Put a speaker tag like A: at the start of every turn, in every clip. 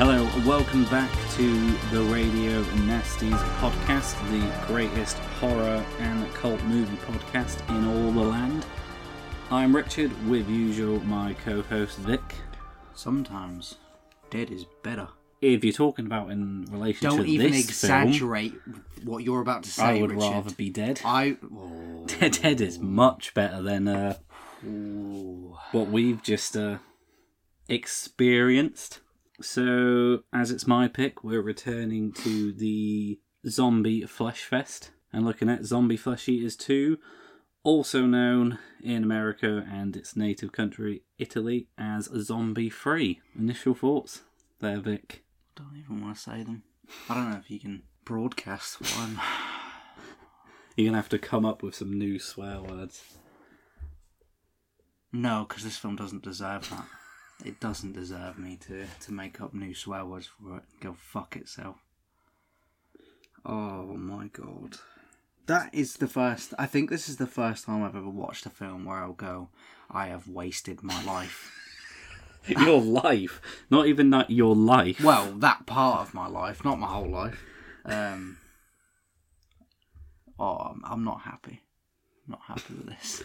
A: welcome back to the Radio Nasties podcast, the greatest horror and cult movie podcast in all the land. I'm Richard, with usual my co-host Vic.
B: Sometimes dead is better.
A: If you're talking about in relation
B: Don't
A: to
B: even
A: this film,
B: exaggerate what you're about to say,
A: I would
B: Richard.
A: rather be dead.
B: I. Oh.
A: Dead is much better than uh,
B: Ooh.
A: what we've just uh, experienced. So, as it's my pick, we're returning to the Zombie Flesh Fest and looking at Zombie Flesh Eaters 2, also known in America and its native country, Italy, as Zombie Free. Initial thoughts there, Vic?
B: Don't even want to say them. I don't know if you can broadcast what I'm.
A: You're going to have to come up with some new swear words.
B: No, because this film doesn't deserve that. It doesn't deserve me to, to make up new swear words for it. Go fuck itself. Oh my god. That is the first. I think this is the first time I've ever watched a film where I'll go, I have wasted my life.
A: your life. Not even that, your life.
B: Well, that part of my life, not my whole life. Um, oh, I'm, I'm not happy. Not happy with this.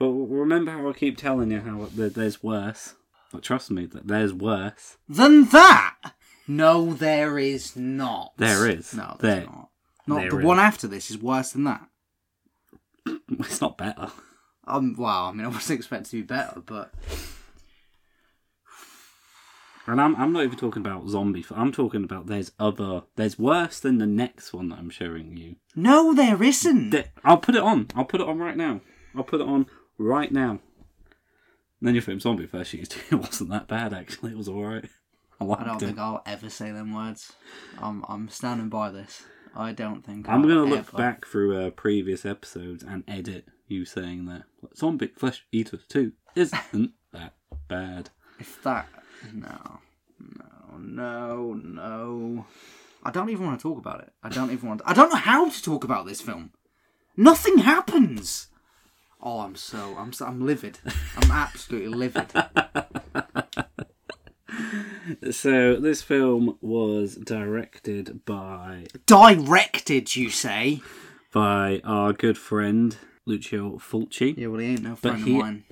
A: Well, remember how I keep telling you how th- there's worse. But trust me, th- there's worse.
B: Than that? No, there is not.
A: There is.
B: No,
A: There-
B: there's not. Not
A: there
B: the
A: is.
B: one after this is worse than that.
A: It's not better.
B: Um, well, I mean, I wasn't expecting to be better, but
A: And I'm I'm not even talking about zombie. F- I'm talking about there's other. There's worse than the next one that I'm showing you.
B: no, there isn't.
A: Th- I'll put it on. I'll put it on right now. I'll put it on right now. And then your film zombie first used it wasn't that bad actually. It was all right. I liked
B: I don't
A: it.
B: think I'll ever say them words. I'm, I'm standing by this. I don't think
A: I'm
B: I'll
A: gonna look
B: ever-
A: back through uh, previous episodes and edit you saying that zombie flesh eaters two isn't that bad.
B: If that no, no, no, no. I don't even want to talk about it. I don't even want. I don't know how to talk about this film. Nothing happens. Oh, I'm so I'm so, I'm livid. I'm absolutely livid.
A: So this film was directed by
B: Directed, you say?
A: by our good friend Lucio Fulci.
B: Yeah, well, he ain't no friend
A: he-
B: of mine.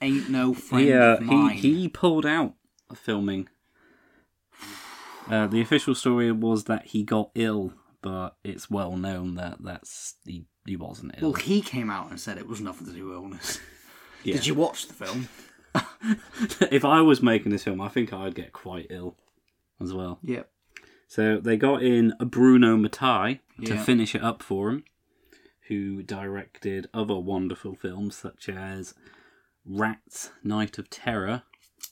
B: Ain't no friend
A: he, uh,
B: of mine.
A: he he pulled out of filming. Uh, the official story was that he got ill, but it's well known that that's he, he wasn't ill.
B: Well, he came out and said it was nothing to do with illness.
A: Yeah.
B: Did you watch the film?
A: if I was making this film, I think I'd get quite ill as well.
B: Yep.
A: So they got in Bruno Mattei to
B: Yeah.
A: finish it up for him, who directed other wonderful films such as Rats, Night of Terror,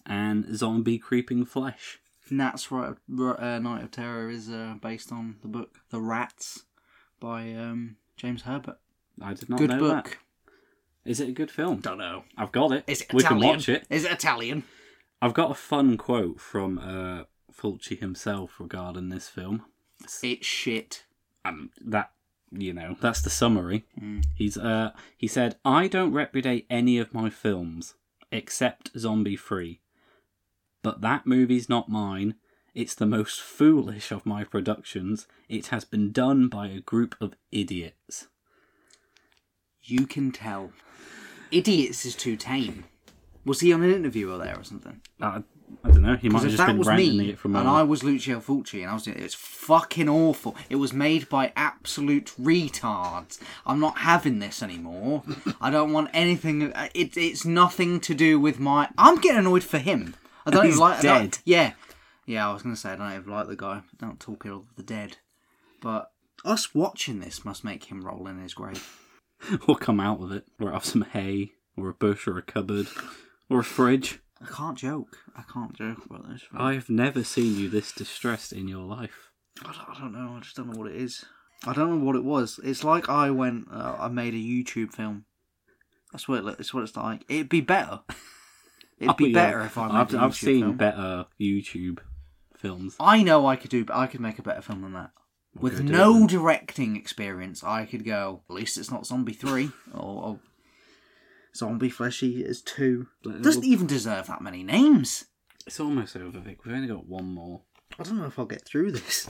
A: and Zombie Creeping Flesh.
B: Nat's right, uh, Night of Terror is uh, based on the book The Rats by um, James Herbert.
A: I did not
B: Good
A: know that.
B: book.
A: Is it a good film?
B: Don't know.
A: I've got it.
B: Is it
A: we
B: Italian?
A: can watch it.
B: Is it Italian?
A: I've got a fun quote from uh, Fulci himself regarding this film.
B: It's shit.
A: Um, that you know, that's the summary.
B: Mm.
A: He's uh, he said, "I don't repudiate any of my films except Zombie Free, but that movie's not mine. It's the most foolish of my productions. It has been done by a group of idiots."
B: You can tell. Idiots is too tame. Was he on an interview or there or something?
A: I, Uh, I don't know. He might
B: Because
A: have
B: if
A: just
B: that
A: been
B: was
A: ranting
B: me,
A: it from
B: and
A: a-
B: I was Lucio Fulci, and I was doing it, it's fucking awful. It was made by absolute retards. I'm not having this anymore. I don't want anything. It, it's nothing to do with my. I'm getting annoyed for him. I don't
A: He's
B: even like. I don't-
A: dead.
B: Yeah, yeah. I was gonna say I don't even like the guy. I don't talk ill of the dead, but us watching this must make him roll in his grave.
A: or come out with it, or off some hay, or a bush, or a cupboard, or a fridge.
B: I can't joke. I can't joke about this. I,
A: I've never seen you this distressed in your life.
B: don't, I don't know. I just don't know what it is. I don't know what it was. It's like I went. Uh, I made a YouTube film. That's what it, look- it's what it's like. It'd be better. It'd be
A: Oh, yeah.
B: better if I made
A: I've,
B: a YouTube
A: I've seen
B: film.
A: better YouTube films.
B: I know I could do. I could make a better film than that. With
A: go do
B: no
A: it
B: directing experience, I could go. At least it's not Zombie Three or, or Zombie Fleshy is Two.
A: But it
B: Doesn't
A: will-
B: even deserve that many names.
A: It's almost over, Vic. We've only got one more.
C: I don't know if I'll get through this.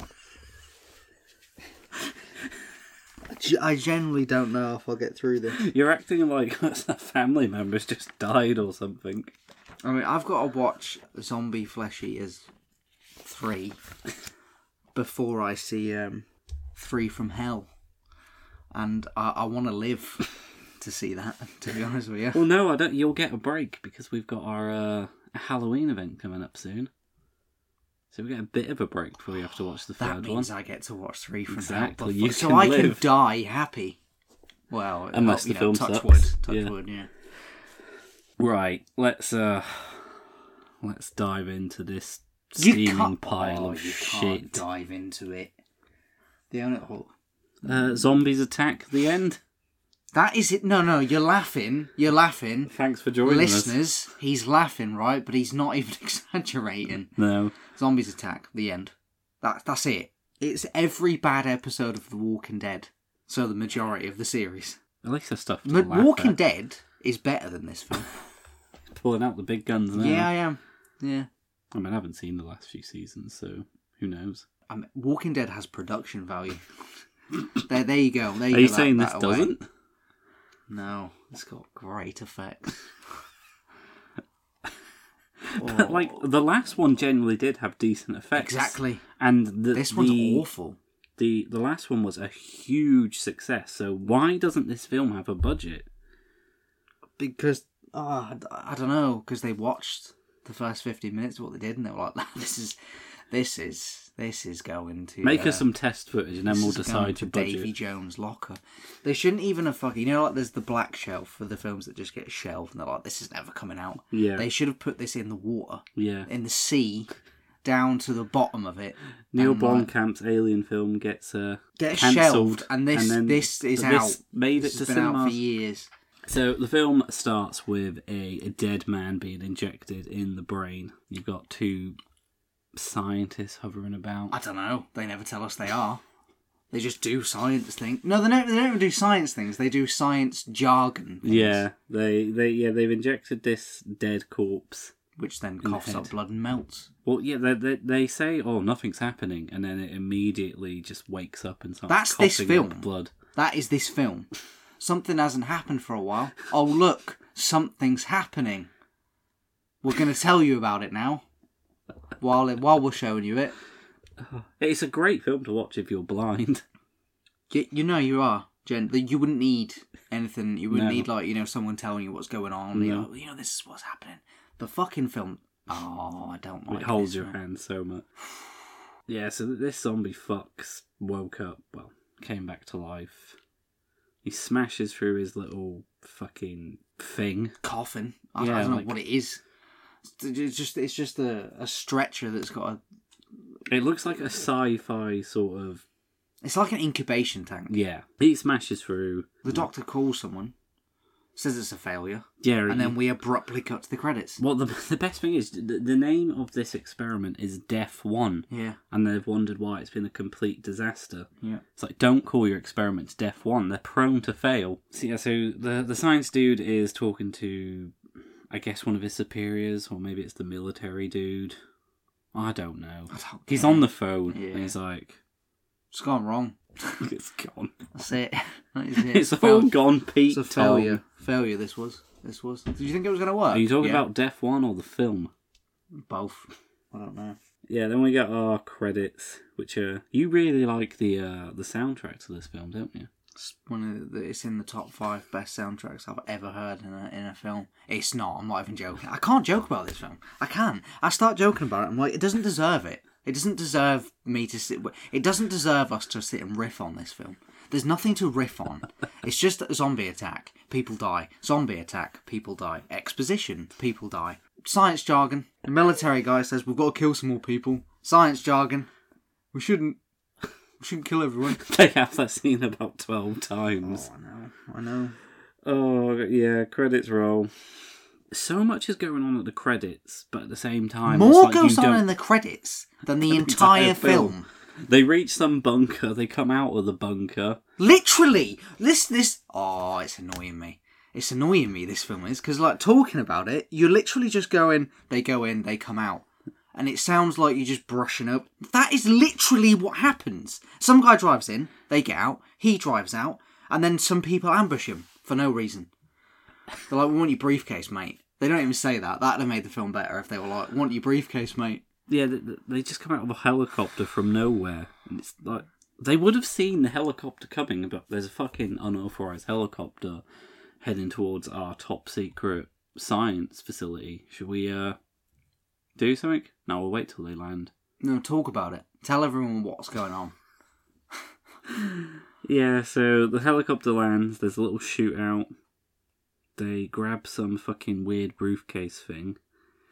C: I ge- I generally don't know if I'll get through this.
A: You're acting like a family member's just died or something.
B: I mean, I've got to watch Zombie Flesh Eaters 3 before I see um, 3 from Hell. And I, I want to live to see that, to be honest with you.
A: Well, no, I don't. You'll get a break because we've got our uh, Halloween event coming up soon. So we get a bit of a break before we have to watch the
B: That
A: third one.
B: means I get to watch 3 from
A: Exactly,
B: Hell.
A: you
B: before- so
A: can
B: I
A: live.
B: can die happy. Well, uh,
A: Unless
B: you
A: the
B: know,
A: film
B: touch
A: sucks.
B: wood. Touch
A: Yeah.
B: wood, yeah.
A: Right, let's uh, let's dive into this
B: You
A: steaming
B: can't-
A: pile
B: oh,
A: of
B: you
A: shit.
B: Can't dive into it. The only oh,
A: Uh, zombies attack the end.
B: that is it. No, no, you're laughing. You're laughing,
A: Thanks for joining us.
B: listeners. He's laughing, right? But he's not even exaggerating.
A: No,
B: Zombies attack. The end. That that's it. It's every bad episode of The Walking Dead. So the majority of the series.
A: at least there's stuff to
B: Ma-
A: laugh
B: Walking
A: at.
B: Dead is better than this film.
A: Pulling out the big guns now.
B: Yeah, I am. Yeah.
A: I mean, I haven't seen the last few seasons, so who knows?
B: I mean, Walking Dead has production value. there, there you go. There you
A: Are you
B: go, that-
A: saying this
B: that away.
A: doesn't?
B: No, it's got great effects.
A: But like the last one generally did have decent effects.
B: Oh. exactly.
A: And the,
B: This one's
A: the,
B: awful.
A: The the last one was a huge success. So why doesn't this film have a budget?
C: Because
B: Oh, I don't know because they watched the first fifteen minutes of what they did, and they were like, "This is, this is, this is going to
A: Make
B: uh,
A: us some test footage, and then
B: this
A: we'll
B: is going
A: decide
B: to
A: your budget.
B: Davy Jones locker. They shouldn't even have fucking. You know, like there's the black shelf for the films that just get shelved, and they're like, "This is never coming out."
A: Yeah,
B: They should have put this in the water,
A: yeah.
B: in the sea, down to the bottom of it.
A: Neil
B: and, like,
A: Blomkamp's Alien film gets uh,
B: Get
A: cancelled,
B: shelved, and this-
A: then-
B: this is
A: but This
B: out.
A: made
B: This
A: it to
B: has been out for
A: cinemas.
B: years.
A: So the film starts with a, a dead man being injected in the brain. You've got two scientists hovering about.
B: I don't know. They never tell us they are. They just do science things. No, they don't. They don't do science things. They do science jargon. things,
A: Yeah, they they yeah they've injected this dead corpse.
B: which then
A: the
B: coughs up
A: head.
B: blood and melts.
A: Well, yeah, they, they they say oh nothing's happening, and then it immediately just wakes up and starts
B: That's
A: coughing
B: this
A: up
B: film.
A: blood.
B: That is this film. Something hasn't happened for a while. Oh look, something's happening. We're gonna tell you about it now. While it, while we're showing you it,
A: It's a great film to watch if you're blind.
B: you, you know you are. Gen, you wouldn't need anything. You wouldn't
A: No.
B: need like you know someone telling you what's going on. You,
A: No.
B: know, you know this is what's happening. The fucking film. Oh, I don't like.
A: it holds
B: this
A: your
B: film.
A: hand so much. Yeah, so th- this zombie fucks woke up. Well, came back to life. He smashes through his little fucking thing.
B: coffin. I,
A: Yeah,
B: I don't know
A: like-
B: what it is. It's just it's just a, a stretcher that's got a.
A: It looks like a sci-fi sort of
B: It's like an incubation tank.
A: yeah. He smashes through.
B: The doctor calls someone, says it's a failure,
A: Yeah,
B: and
A: he-
B: then we abruptly cut to the credits.
A: Well, the, the best thing is the, the name of this experiment is Death One,
B: Yeah,
A: and they've wondered why it's been a complete disaster.
B: yeah.
A: It's like don't call your experiments Death One; they're prone to fail. So yeah, so the the science dude is talking to, I guess, one of his superiors, or maybe it's the military dude. I don't know.
B: I don't
A: He's
B: care.
A: on the phone,
B: Yeah.
A: and he's like,
B: It's gone wrong.
A: "It's gone.
B: That's it. That is it.
A: It's, all
B: Fail-
A: gone, Pete."
B: It's a
A: Tom.
B: failure. Failure. This was. This was. Did you think it was gonna work?
A: Are you talking
B: Yeah.
A: about Death One or the film?
B: both? I don't know.
A: Yeah, then we got our credits, which are you really like the uh, the soundtrack to this film, don't you?
B: It's one of the, it's in the top five best soundtracks I've ever heard in a in a film. It's not. I'm not even joking. I can't joke about this film. I can. I start joking about it. I'm like, it doesn't deserve it. It doesn't deserve me to sit. It doesn't deserve us to sit and riff on this film. There's nothing to riff on. It's just a zombie attack. People die. Zombie attack. People die. Exposition. People die. Science jargon. The military guy says we've got to kill some more people. Science jargon. We shouldn't. We shouldn't kill everyone.
A: They have that scene about twelve times.
B: Oh, I know. I know.
A: Oh yeah, credits roll. So much is going on at the credits, but at the same time, it's
B: More
A: like
B: goes
A: you
B: on
A: don't-
B: in the credits than the
A: entire
B: entire film.
A: film. They reach some bunker. They come out of the bunker.
B: Literally, this this. Oh, it's annoying me. It's annoying me. This film is because like talking about it, you're literally just going. They go in, they come out, and it sounds like you're just brushing up. That is literally what happens. Some guy drives in, they get out, he drives out, and then some people ambush him for no reason. They're like, "We want your briefcase, mate." They don't even say that. That'd have made the film better if they were like, "Want your briefcase, mate."
A: Yeah, they, they just come out of a helicopter from nowhere, and it's like they would have seen the helicopter coming, but there's a fucking unauthorized helicopter heading towards our top secret science facility. Should we uh do something? No, we'll wait till they land.
B: No, talk about it. Tell everyone what's going on.
A: Yeah, so the helicopter lands, there's a little shootout. They grab some fucking weird briefcase thing.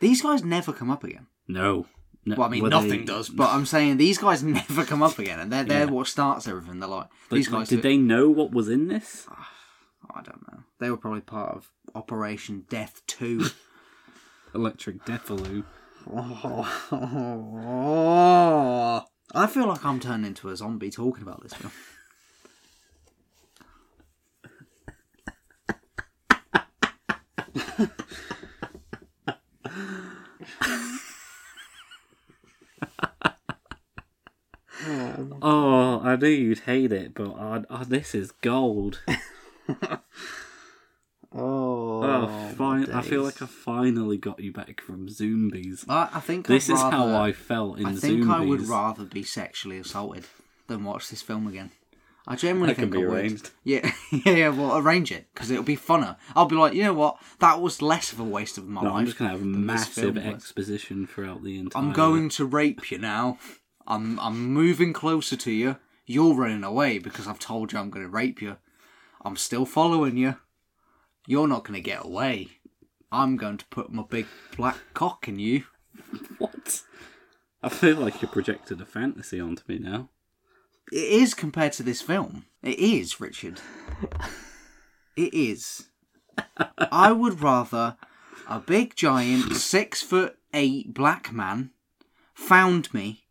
B: These guys never come up again.
A: No. no
B: Well, I mean,
A: were they-
B: nothing does, but I'm saying these guys never come up again, and they're, they're what starts everything. They're like,
A: But,
B: these
A: like,
B: guys.
A: did
B: do-
A: they know what was in this?
B: I don't know. They were probably part of Operation Death 2.
A: Electric Defaloo.
B: I feel like I'm turned into a zombie talking about this film.
A: Oh, I knew you'd hate it, but I, oh, this is gold.
C: Oh,
A: Oh,
C: my
A: fine. I feel
C: days.
A: like I finally got you back from Zombies.
B: I, I think
A: This
B: I'd
A: is how
B: rather-
A: I felt in
B: I think
A: Zombies.
B: I would rather be sexually assaulted than watch this film again. I generally
A: That can
B: think
A: be
B: I would.
A: arranged.
B: Yeah, yeah, yeah. Well, arrange it because it'll be funner. I'll be like, you know what? That was less of a waste of my
A: No,
B: life.
A: I'm just gonna have
B: than this film
A: massive uh,
B: was.
A: exposition throughout the entire.
B: I'm going to rape you now. I'm I'm moving closer to you. You're running away because I've told you I'm going to rape you. I'm still following you. You're not going to get away. I'm going to put my big black cock in you.
A: What? I feel like you projected a fantasy onto me now.
B: It is compared to this film. It is, Richard. It is. I would rather a big giant six foot eight black man found me,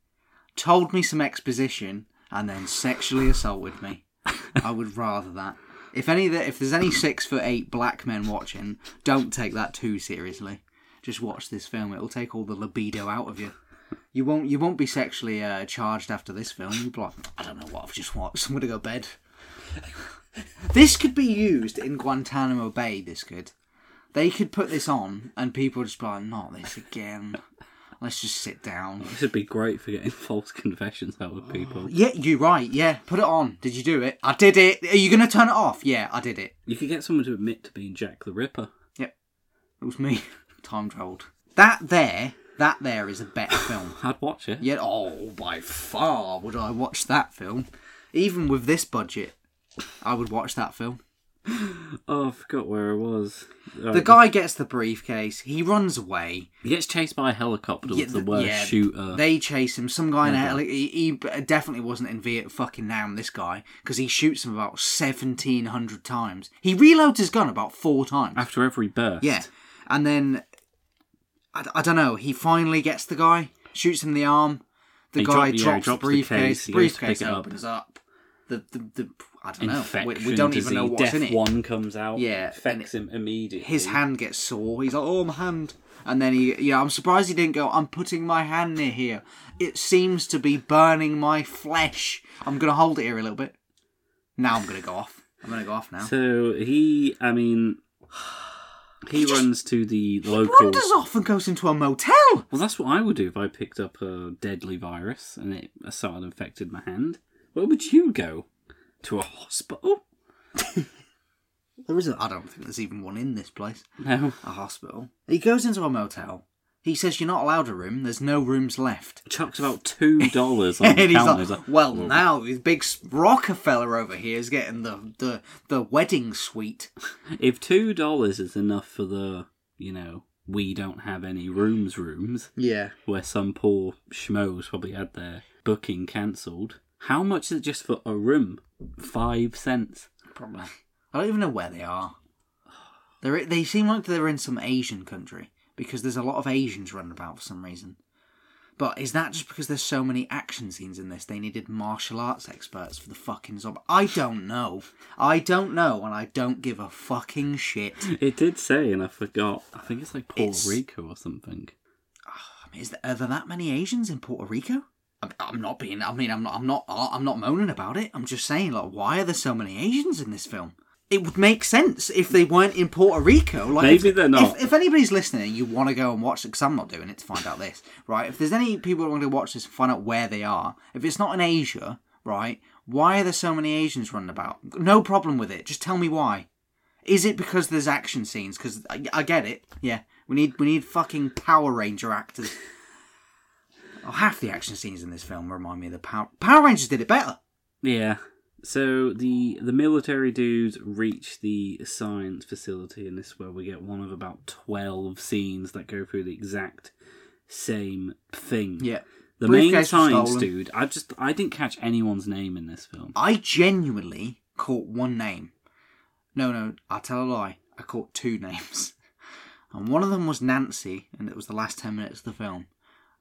B: told me some exposition, and then sexually assaulted me. I would rather that. If any that if there's any six foot eight black men watching, don't take that too seriously. Just watch this film. It'll take all the libido out of you. You won't you won't be sexually uh, charged after this film. You'll be like, I don't know what I've just watched. I'm gonna go to bed. this could be used in Guantanamo Bay. This could. They could put this on, and people would just be like, not this again. Let's just sit down.
A: This would be great for getting false confessions out of people.
B: Yeah, you're right. Yeah, put it on. Did you do it? I did it. Are you gonna turn it off? Yeah, I did it.
A: You could get someone to admit to being Jack the Ripper.
B: It was me. Time traveled. That there, that there is a better film.
A: I'd watch it.
B: Yet, oh, by far would I watch that film. Even with this budget, I would watch that film.
A: Oh, I forgot where I was.
B: The guy gets the briefcase, he runs away.
A: he gets chased by a helicopter with the
B: th-
A: worst
B: yeah,
A: shooter.
B: They chase him. Some guy in a heli- he, he b- definitely wasn't in Viet fucking Nam, this guy, because he shoots him about 1,700 times. He reloads his gun about four times.
A: After every burst.
B: Yeah. And then, I, don't know, he finally gets the guy, shoots him in the arm. The
A: He
B: guy
A: dropped- yeah, he drops
B: drops, the
A: the
B: briefcase.
A: case, he goes to
B: briefcase
A: pick it up.
B: opens up. The, the, the, I don't
A: Infection,
B: know. We, we don't
A: disease.
B: even know what's
A: Death
B: in it.
A: one comes out.
B: Yeah,
A: Affects him immediately.
B: His hand gets sore. He's like, oh, my hand. And then he, yeah, I'm surprised he didn't go, I'm putting my hand near here. It seems to be burning my flesh. I'm going to hold it here a little bit. Now I'm going to go off. I'm going to go off now.
A: So he, I mean, he, runs to the local.
B: Wanders off and goes into a motel.
A: Well, that's what I would do if I picked up a deadly virus and it started infected my hand. Where would you go? To a hospital?
B: There isn't. I don't think there's even one in this place.
A: No.
B: A hospital. He goes into a motel. He says you're not allowed a room. There's no rooms left.
A: Chucks about two dollars on
B: and
A: the
B: he's
A: counter.
B: like,
A: He's like,
B: "Well, now this big s- Rockefeller over here is getting the the, the wedding suite."
A: if two dollars is enough for the, you know, we don't have any rooms, rooms
C: Yeah.
A: where some poor schmoes probably had their booking cancelled. How much is it just for a room? Five cents.
B: Probably. I don't even know where they are. They they seem like they're in some Asian country because there's a lot of Asians running about for some reason. But is that just because there's so many action scenes in this? They needed martial arts experts for the fucking zombie. I don't know. I don't know, and I don't give a fucking shit.
A: It did say, and I forgot. I think it's like Puerto
B: It's-
A: Rico or something.
B: I Is there, are there that many Asians in Puerto Rico? I'm, I'm not being. I mean, I'm not. I'm not. I'm not moaning about it. I'm just saying, like, why are there so many Asians in this film? It would make sense if they weren't in Puerto Rico. Like,
A: Maybe
B: if,
A: they're not.
B: If, if anybody's listening, and you want to go and watch it because I'm not doing it to find out this, right? If there's any people that want to watch this and find out where they are, if it's not in Asia, right? Why are there so many Asians running about? No problem with it. Just tell me why. Is it because there's action scenes? Because I, I get it. Yeah, we need we need fucking Power Ranger actors. oh, half the action scenes in this film remind me of the Power Power Rangers did it better.
A: Yeah. So the the military dudes reach the science facility, and this is where we get one of about twelve scenes that go through the exact same thing. The main
B: Briefcase was
A: science
B: stolen.
A: dude, I just I didn't catch anyone's name in this film.
B: I genuinely caught one name. No, no, I tell a lie. I caught two names. And one of them was Nancy, and it was the last 10 minutes of the film.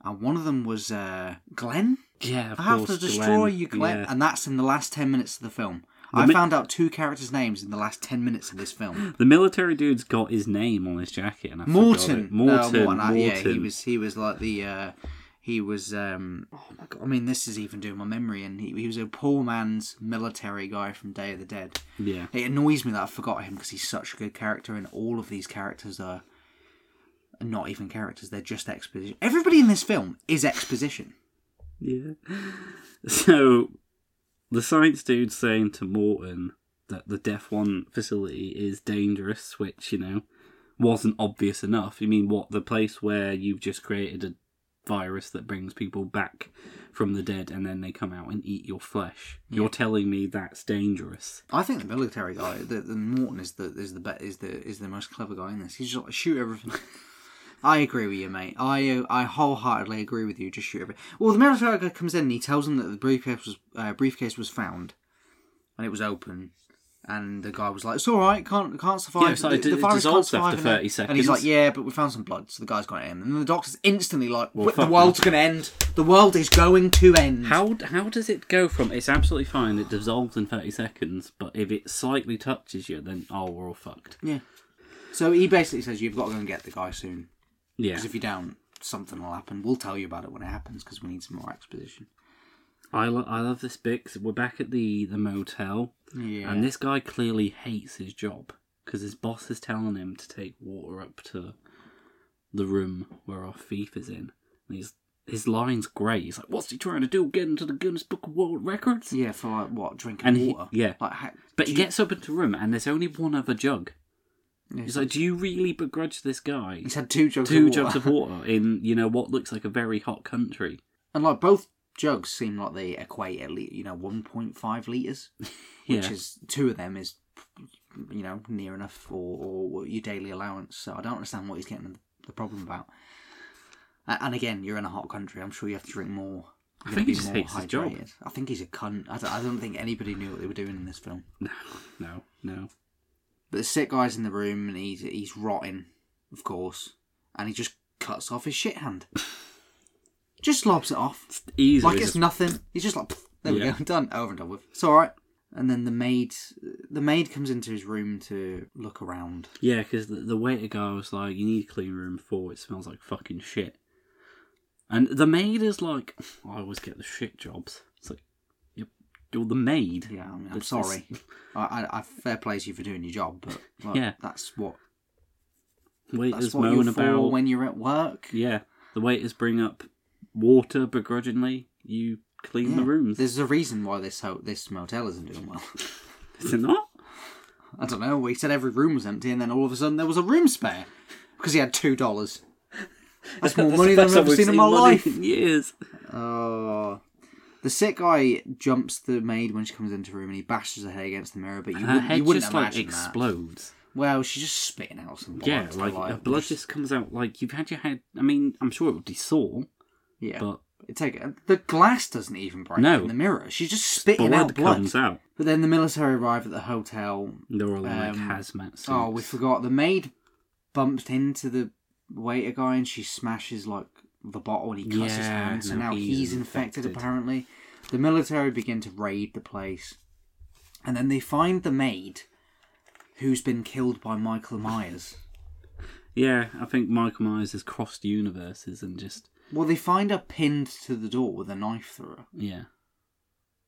B: And one of them was uh, Glenn.
A: Yeah, of
B: I have
A: course,
B: to destroy
A: Glenn.
B: you, Glenn.
A: Yeah.
B: And that's in the last 10 minutes of the film.
A: The
B: I
A: mi-
B: found out two characters' names in the last 10 minutes of this film.
A: The military dude's got his name on his jacket, and I forgot
B: Morton.
A: it. Oh, Morton,
B: No,
A: Morton,
B: I- Yeah, he was, he was like the. Uh, he was. Um, oh my God. I mean, this is even doing my memory. And he, he was a poor man's military guy from Day of the Dead.
A: Yeah.
B: It annoys me that I forgot him because he's such a good character, and all of these characters are not even characters; they're just exposition. Everybody in this film is exposition.
A: Yeah. So the science dude's saying to Morton that the Def One facility is dangerous, which, you know, wasn't obvious enough. You mean what, the place where you've just created a virus that brings people back from the dead and then they come out and eat your flesh. You're telling me that's dangerous.
B: I think the military guy, the, the Morton, is the is the be, is the is the most clever guy in this. He's just like shoot everything. I agree with you, mate. I uh, I wholeheartedly agree with you. Just shoot everything. Well, the military guy comes in and he tells him that the briefcase was uh, briefcase was found, and it was open. And the guy was like, "It's all right, can't can't survive."
A: Yeah, it's like it- it dissolves after
B: survive in
A: 30
B: it." And he's like,
A: seconds.
B: "Yeah, but we found some blood, so the guy's got it in." And the doctor's instantly like,
A: Well,
B: "Wait, "The
A: fuck
B: world's gonna end. The world is going to end."
A: How how does it go from it's absolutely fine, it dissolves in thirty seconds, but if it slightly touches you, then oh, we're all fucked.
B: Yeah. So he basically says, "You've got to go and get the guy soon."
A: Yeah,
B: Because if you don't, something will happen. We'll tell you about it when it happens because we need some more exposition.
A: I, lo- I love this bit. 'cause we're back at the the motel,
B: Yeah.
A: and this guy clearly hates his job because his boss is telling him to take water up to the room where our thief is in. And he's his line's great. He's like, "What's he trying to do? Get into the Guinness Book of World Records?"
B: yeah, for like what? Drinking
A: And he-
B: water.
A: yeah.
B: Like, how,
A: But he gets up into the room, and there's only one other jug.
B: Yeah,
A: He's like, "Do you really begrudge this guy
B: he's had two jugs.
A: two
B: of water.
A: jugs of water in you know what looks like a very hot country?"
B: and like both jugs seem like they equate at least you know one point five liters,
A: Yeah,
B: which is two of them is you know near enough or, or your daily allowance. So I don't understand what he's getting the problem about. A- And again, you're in a hot country. I'm sure you have to drink more.
A: I think
B: You're gonna
A: he
B: be
A: just
B: more
A: hates his job.
B: hydrated. I think he's a cunt. I don't, I don't think anybody knew what they were doing in this film.
A: no, no, no.
B: But the sick guy's in the room and he's he's rotting, of course, and he just cuts off his shit hand. just lobs it off
A: Easily
B: like it's
A: just-
B: nothing. He's just like, "Pff, there we
A: Yeah.
B: go, done, over and done with. It's all right. And then the maid, the maid comes into his room to look around.
A: Yeah, because the, the waiter guy was like, "You need a clean room four. It smells like fucking shit." And the maid is like, "I always get the shit jobs." It's like, "You're, you're the maid."
B: Yeah, I mean, I'm
A: That's-
B: sorry. I, I, I fair play to you for doing your job, but like,
A: Yeah.
B: that's what that's
A: Waiters
B: what you're
A: moan
B: for
A: about.
B: when you're at work.
A: Yeah, the waiters bring up water begrudgingly. You clean the
B: Yeah.
A: rooms.
B: There's a reason why this ho- this motel isn't doing well.
A: Is it not?
B: I don't know. We said every room was empty, and then all of a sudden there was a room spare because he had two dollars. That's more money than I've ever seen in my life.
A: in years.
B: Oh. The sick guy jumps the maid when she comes into the room and he bashes her head against the mirror, but you
A: Her
B: wouldn't,
A: head
B: you wouldn't
A: just like
B: imagine that.
A: explodes.
B: Well, she's just spitting out some blood.
A: Yeah,
B: to the
A: like
B: light.
A: uh, blood just comes out. Like you've had your head. I mean, I'm sure it would be sore,
B: Yeah,
A: but
B: It take the glass doesn't even break
A: No.
B: in the mirror. She's just spitting
A: blood,
B: out blood.
A: comes out.
B: But then the military arrive at the hotel.
A: They're all in like
B: Um,
A: hazmat suits.
B: Oh, we forgot the maid bumped into the waiter guy and she smashes like the bottle and he cuts his
A: Yeah,
B: hand. So
A: no,
B: now he's,
A: he's
B: infected,
A: infected.
B: Apparently, the military begin to raid the place, and then they find the maid, who's been killed by Michael Myers.
A: Yeah, I think Michael Myers has crossed universes and just
B: Well, they find her pinned to the door with a knife through her.
A: Yeah.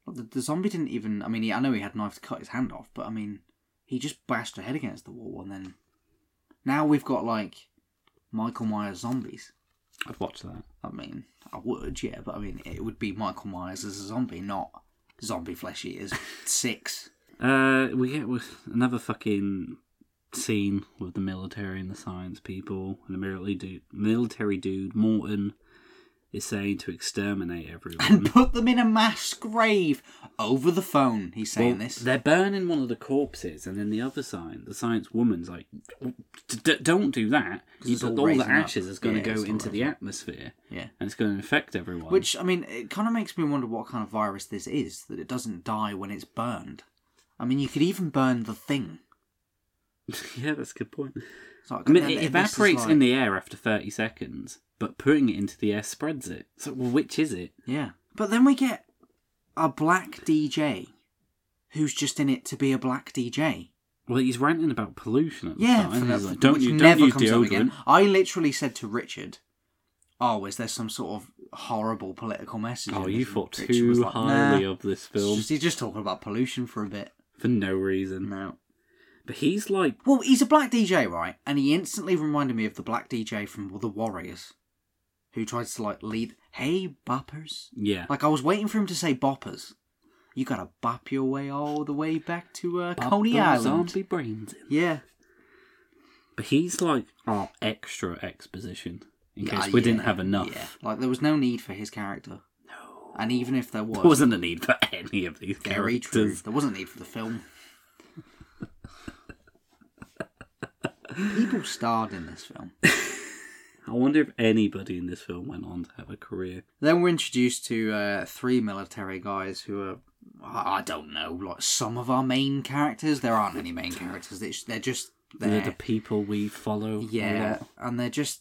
B: But The, the zombie didn't even. I mean, he, I know he had a knife to cut his hand off, but I mean, he just bashed her head against the wall, and then now we've got like Michael Myers zombies.
A: I'd watch that.
B: I mean, I would, yeah, but I mean, it would be Michael Myers as a zombie, not zombie flesh eaters six.
A: Uh, we get with another fucking scene with the military and the science people, and the military dude, military dude Morton is saying to exterminate
B: And
A: everyone.
B: put them in a mass grave over the phone. He's saying
A: Well,
B: this.
A: They're burning one of the corpses, and then the other side, the science woman's like, "D- d- "Don't do that. You
B: it's all
A: put all the
B: raising up.
A: ashes is going
B: Yeah,
A: to
B: it's
A: go
B: all
A: into the
B: raising
A: atmosphere,
B: Yeah.
A: and it's going to infect everyone."
B: Which I mean, it kind of makes me wonder what kind of virus this is that it doesn't die when it's burned. I mean, you could even burn the thing.
A: yeah, that's a good point.
B: It's like-
A: I mean,
B: and
A: it
B: then this is
A: evaporates
B: like-
A: in the air after thirty seconds, but putting it into the air spreads it. So, well, which is it?
B: Yeah. But then we get a black DJ who's just in it to be a black DJ.
A: Well, he's ranting about pollution at the
B: Yeah,
A: time.
B: for
A: He's
B: that-
A: like, don't
B: which
A: you don't
B: never
A: use
B: comes up again.
A: deodorant.
B: I literally said to Richard, "Oh, is there some sort of horrible political message?"
A: Oh,
B: in
A: you
B: this?"
A: thought
B: Richard
A: too
B: was like,
A: highly
B: "Nah,
A: of this
B: it's
A: film
B: Just, he's just talking about pollution for a bit.
A: for no reason.
B: No.
A: But he's like,
B: Well, he's a black DJ, right? And he instantly reminded me of the black DJ from The Warriors, who tries to like lead. Hey, boppers!
A: yeah,
B: Like I was waiting for him to say boppers. You gotta bop your way all the way back to uh, Coney
A: Bubba
B: Island.
A: zombie brains. in.
B: Yeah.
A: But he's like our extra exposition in case
B: Ah,
A: we didn't
B: yeah,
A: have enough.
B: yeah. Like there was no need for his character. No. And even if there was,
A: There wasn't a need for any of these
B: very true.
A: characters.
B: There wasn't need for the film. People starred in this film.
A: I wonder if anybody in this film went on to have a career.
B: Then we're introduced to uh, three military guys who are, I I don't know, like some of our main characters. There aren't any main characters. It's- They're just
A: They're
B: there.
A: the people we follow. a
B: yeah,
A: lot.
B: and they're just,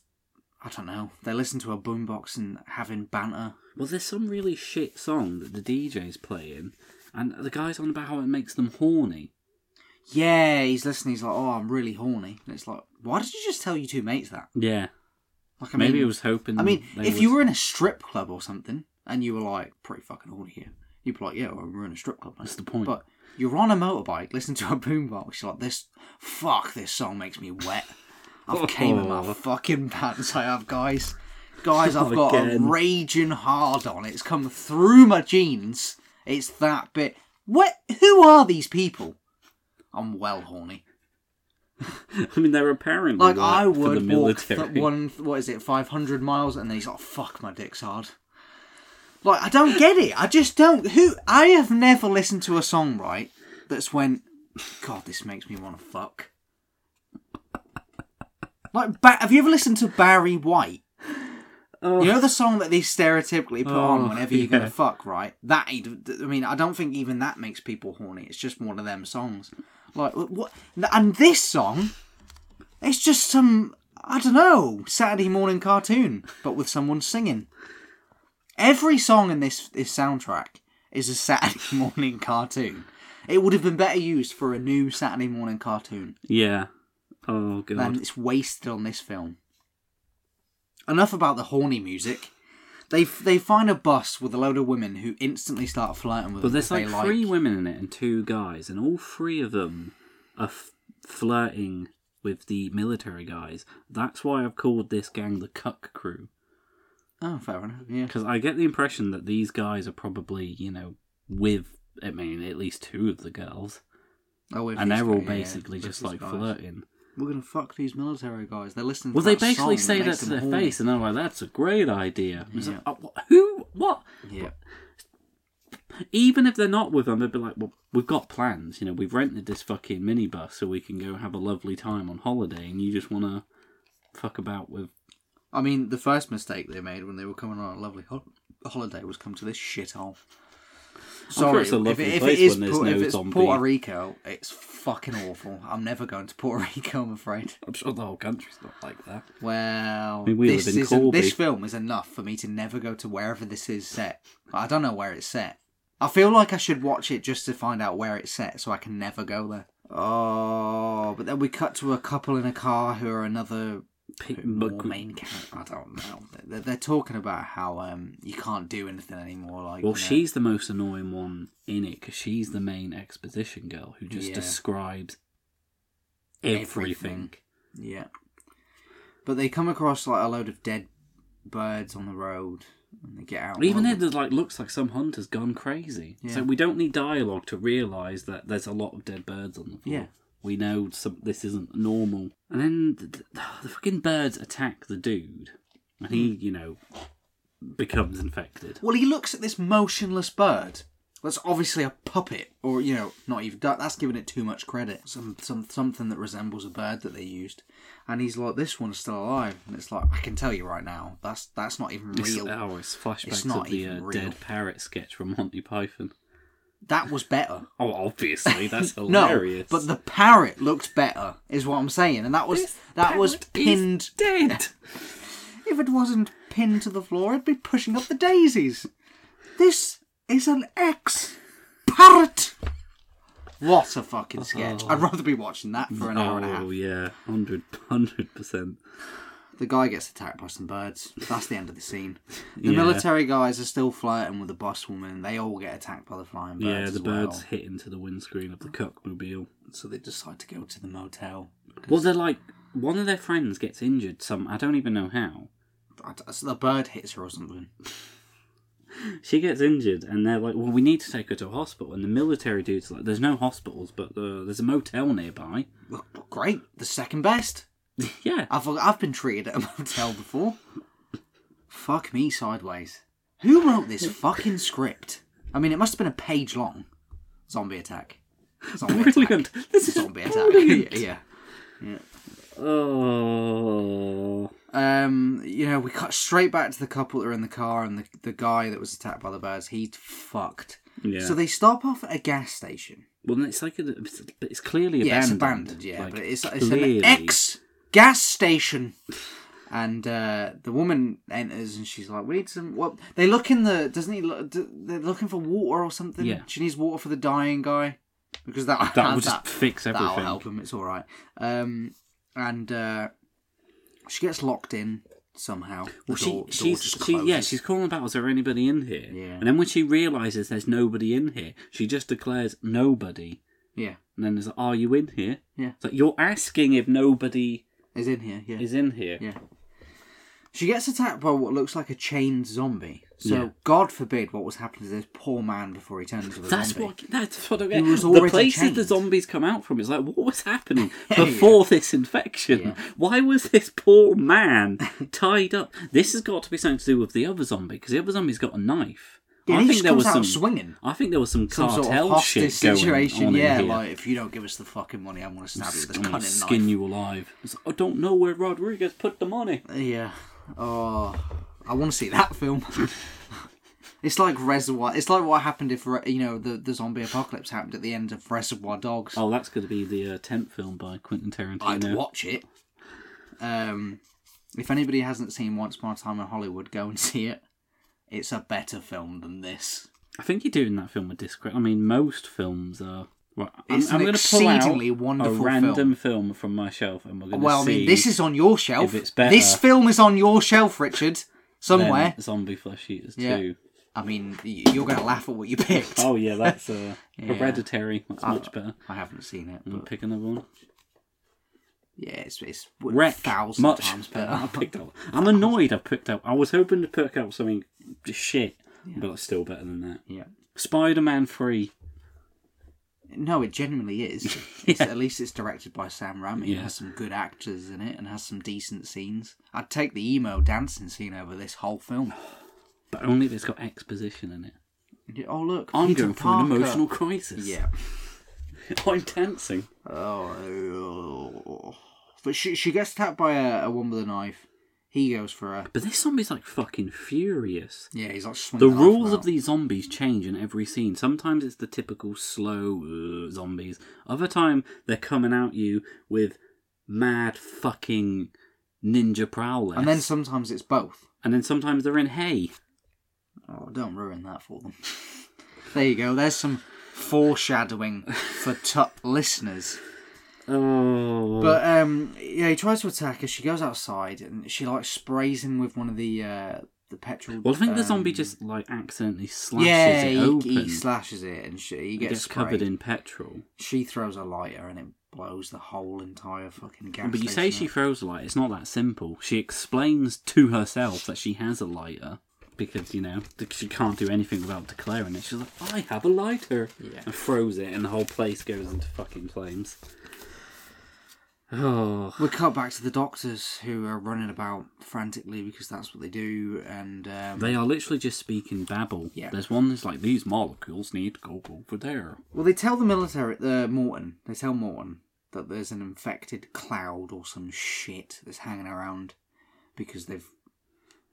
B: I don't know. They listen to a boombox and having banter.
A: Well, there's some really shit song that the DJ's playing, and the guy's on about how it makes them horny.
B: Yeah, he's listening. He's like, "Oh, I'm really horny." And it's like, "Why did you just tell your two mates that?"
A: Yeah.
B: Like,
A: Maybe
B: mean,
A: I was hoping.
B: I mean,
A: they
B: if you
A: would-
B: were in a strip club or something and you were like pretty fucking horny here, you'd be like, yeah, well, we're in a strip club. mate."
A: What's the point?
B: But you're on a motorbike, listening to a boombox. You're like, this fuck, this song makes me wet. I've came in my
A: Oh.
B: fucking pants. I have, guys. Guys, I've got
A: Again.
B: a raging hard on. It's come through my jeans. It's that bit. What? Who are these people? I'm well horny.
A: I mean, they're apparently
B: Like
A: right
B: I
A: for the
B: would walk
A: military.
B: th- one, what is it, five hundred miles, and then he's like, "Fuck, my dick's hard." Like I don't get it. I just don't. Who? I have never listened to a song right that's went. God, this makes me want to fuck. Like, ba- have you ever listened to Barry White?
A: Oh.
B: You know the song that they stereotypically put
A: Oh,
B: on whenever you're
A: yeah.
B: gonna fuck, right? That ain't- I mean, I don't think even that makes people horny. It's just one of them songs. Like what? And this song, it's just some I don't know Saturday morning cartoon, but with someone singing. Every song in this this soundtrack is a Saturday morning cartoon. It would have been better used for a new Saturday morning cartoon
A: Yeah. Oh god.
B: than it's wasted on this film. Enough about the horny music. They f- they find a bus with a load of women who instantly start flirting with
A: but
B: them
A: there's
B: because
A: like
B: they
A: three women in it and two guys, and all three of them are f- flirting with the military guys. That's why I've called this gang the Cuck Crew
B: Oh, fair enough. Yeah.
A: because I get the impression that these guys are probably you know with I mean at least two of the girls,
B: Oh, if
A: and
B: he's
A: they're all
B: got- yeah,
A: basically
B: with
A: just
B: these
A: like
B: guys.
A: flirting.
B: We're gonna fuck these military guys. They're listening.
A: Well,
B: to
A: they
B: that
A: basically
B: song
A: say that
B: makes
A: to
B: them
A: their
B: horny.
A: face, and they're like, "That's a great idea." It's like,
B: Yeah.
A: "Oh, wh- who? What?
B: Yeah.
A: even if they're not with them, they'd be like, "Well, we've got plans. You know, we've rented this fucking minibus so we can go have a lovely time on holiday, and you just want to fuck about with."
B: I mean, the first mistake they made when they were coming on a lovely hol- holiday was come to this shithole.
A: sure
B: Sorry,
A: it's a
B: if,
A: lovely
B: it, if
A: place
B: it is
A: when there's
B: Pu-
A: no
B: if it's
A: zombie.
B: Puerto Rico, it's fucking awful. I'm never going to Puerto Rico. I'm afraid.
A: I'm sure the whole country's not like that.
B: Well,
A: mean, we
B: this,
A: live in
B: isn't-
A: Corby.
B: this film is enough for me to never go to wherever this is set. I don't know where it's set. I feel like I should watch it just to find out where it's set so I can never go there. Oh, but then we cut to a couple in a car who are another
A: Pick,
B: more
A: but-
B: main character. I don't know. They're, they're talking about how um, you can't do anything anymore. Like,
A: Well,
B: you know,
A: she's the most annoying one in it because she's the main exposition girl who just
B: Yeah.
A: describes everything.
B: Everything. yeah. But they come across like a load of dead birds on the road, and they get out.
A: Even
B: one-
A: though there's like looks like some hunter's gone crazy.
B: Yeah.
A: So we don't need dialogue to realise that there's a lot of dead birds on the floor.
B: Yeah.
A: We know some, this isn't normal. And then the, the, the fucking birds attack the dude, and he,
B: Hmm.
A: you know, becomes infected.
B: Well, he looks at this motionless bird. That's obviously a puppet, or you know, not even that. That's giving it too much credit. Some, some, something that resembles a bird that they used, and he's like, "This one's still alive." And it's like, I can tell you right now, that's that's not even
A: It's,
B: real.
A: oh, it's flashbacks
B: It's not
A: of the
B: even
A: uh,
B: real.
A: dead parrot sketch from Monty Python.
B: That was better.
A: Oh, obviously that's
B: No,
A: hilarious.
B: but the parrot looked better, is what I'm saying, and that was that was pinned.
A: dead.
B: If it wasn't pinned to the floor, it'd be pushing up the daisies. This is an ex parrot. What a fucking sketch! I'd rather be watching that for an hour and a half.
A: Oh yeah, hundred hundred percent.
B: The guy gets attacked by some birds. That's the end of the scene. The
A: Yeah.
B: military guys are still flirting with the boss woman. They all get attacked by the flying birds.
A: Yeah,
B: as
A: the birds
B: well.
A: hit into the windscreen of the cockmobile.
B: So they decide to go to the motel.
A: Well, they're like one of their friends gets injured. Some I don't even know how.
B: I d- So the bird hits her or something.
A: She gets injured, and they're like, "Well, we need to take her to a hospital." And the military dude's like, "There's no hospitals, but uh, there's a motel nearby."
B: Well, Great, the second best.
A: yeah,
B: I've I've been treated at a motel before. Fuck me sideways. Who wrote this fucking script? I mean, it must have been a page long. Zombie attack. Zombie
A: brilliant.
B: Attack.
A: This is
B: Zombie
A: brilliant.
B: attack. yeah. yeah.
A: Oh,
B: Um, you know, we cut straight back to the couple that are in the car, and the, the guy that was attacked by the birds, he's fucked.
A: yeah.
B: So they stop off at a gas station.
A: well, it's like a, it's, it's clearly
B: Yeah,
A: abandoned.
B: it's abandoned, yeah,
A: Like,
B: but it's, it's
A: clearly.
B: an ex gas station. And uh, the woman enters, and she's like, "We need some." What they look in the doesn't he? Look, do- they're looking for water or something.
A: Yeah.
B: she needs water for the dying guy because that
A: That will just fix everything.
B: That'll help him. It's all right. Um, and uh, she gets locked in somehow. The
A: Well, she,
B: door- door
A: she's
B: just
A: she, yeah,
B: closes.
A: she's calling about is there anybody in here?
B: Yeah.
A: And then when she realizes there's nobody in here, she just declares nobody.
B: yeah,
A: And then there's like, are you in here?
B: Yeah.
A: It's like you're asking if nobody
B: is in here. Yeah,
A: is in here.
B: yeah. She gets attacked by what looks like a chained zombie. So
A: Yeah.
B: God forbid what was happening to this poor man before he turned into a
A: That's
B: zombie.
A: what. That's what I
B: He
A: get.
B: was
A: The
B: already
A: places the
B: chained.
A: zombies come out from is like, what was happening
B: Yeah.
A: before this infection?
B: Yeah.
A: Why was this poor man tied up? This has got to be something to do with the other zombie because the other zombie's got a knife.
B: Yeah,
A: I
B: he
A: think
B: just
A: there
B: comes
A: was
B: out
A: some.
B: swinging.
A: I think there was some
B: Some
A: cartel
B: sort of hostage
A: shit going
B: situation.
A: on in
B: yeah,
A: here.
B: like if you don't give us the fucking money, I'm gonna stab you with a
A: gonna
B: cunning
A: skin
B: knife.
A: you alive. It's like, I don't know where Rodriguez put the money.
B: Yeah. Oh, I want to see that film. it's like Reservoir. It's like what happened if re- you know the the zombie apocalypse happened at the end of Reservoir Dogs.
A: Oh, that's going to be the uh, tenth film by Quentin Tarantino.
B: I'd watch it. Um, if anybody hasn't seen Once Upon a Time in Hollywood, go and see it. It's a better film than this.
A: I think you're doing that film with discredit. I mean, most films are. Right, I'm,
B: It's an
A: going to pull out
B: exceedingly
A: a
B: wonderful
A: random film. from my shelf, and we're going to
B: Well, I
A: see.
B: mean, this is on your shelf.
A: if it's better.
B: This film is on your shelf, Richard.
A: then
B: Somewhere.
A: Zombie Flesh Eaters
B: Yeah.
A: too.
B: I mean, y- you're going to laugh at what you picked.
A: Oh yeah, that's uh,
B: Yeah.
A: Hereditary. That's much better.
B: I haven't seen it,
A: We'll
B: but
A: pick another one.
B: yeah, it's it's
A: Wreck.
B: thousand
A: much
B: times
A: I
B: better.
A: picked up. I'm annoyed. I picked up. I was hoping to pick up something just shit, but it's still better than that.
B: Yeah.
A: Spider-Man Three.
B: No, it genuinely is. It's, at least it's directed by Sam Raimi. It
A: Yeah.
B: has some good actors in it and has some decent scenes. I'd take the emo dancing scene over this whole film.
A: But only if it's got exposition in it.
B: Oh look,
A: I'm
B: Peter
A: going through
B: Parker.
A: an emotional crisis.
B: Yeah.
A: I'm dancing.
B: Oh. But she she gets attacked by a, a woman with a knife. He goes for her.
A: But this zombie's like fucking furious.
B: Yeah, he's like
A: The
B: swinging. her
A: rules
B: off
A: of these zombies change in every scene. Sometimes it's the typical slow uh, zombies. Other time they're coming at you with mad fucking ninja prowlers.
B: and then sometimes it's both.
A: and then sometimes they're in hay.
B: Oh, don't ruin that for them. there you go. There's some foreshadowing for top listeners.
A: Oh.
B: But um, yeah, he tries to attack her. She goes outside and she like sprays him with one of the uh, the petrol.
A: well, I think the
B: um,
A: zombie just like accidentally slashes
B: yeah,
A: it
B: he,
A: open.
B: he slashes it and she he
A: It
B: gets,
A: gets covered
B: sprayed.
A: in petrol.
B: She throws a lighter and it blows the whole entire fucking gas.
A: But you say she
B: station
A: throws a light. It's not that simple. She explains to herself that she has a lighter because you know th- she can't do anything without declaring it. She's like, "I have a lighter,"
B: Yeah.
A: and throws it, and the whole place goes into fucking flames. Oh,
B: up. We cut back to the doctors who are running about frantically because that's what they do, and um,
A: they are literally just speaking babble.
B: Yeah.
A: There's one that's like, "These molecules need to go over there."
B: well, they tell the military, uh, Morton, they tell Morton that there's an infected cloud or some shit that's hanging around because they've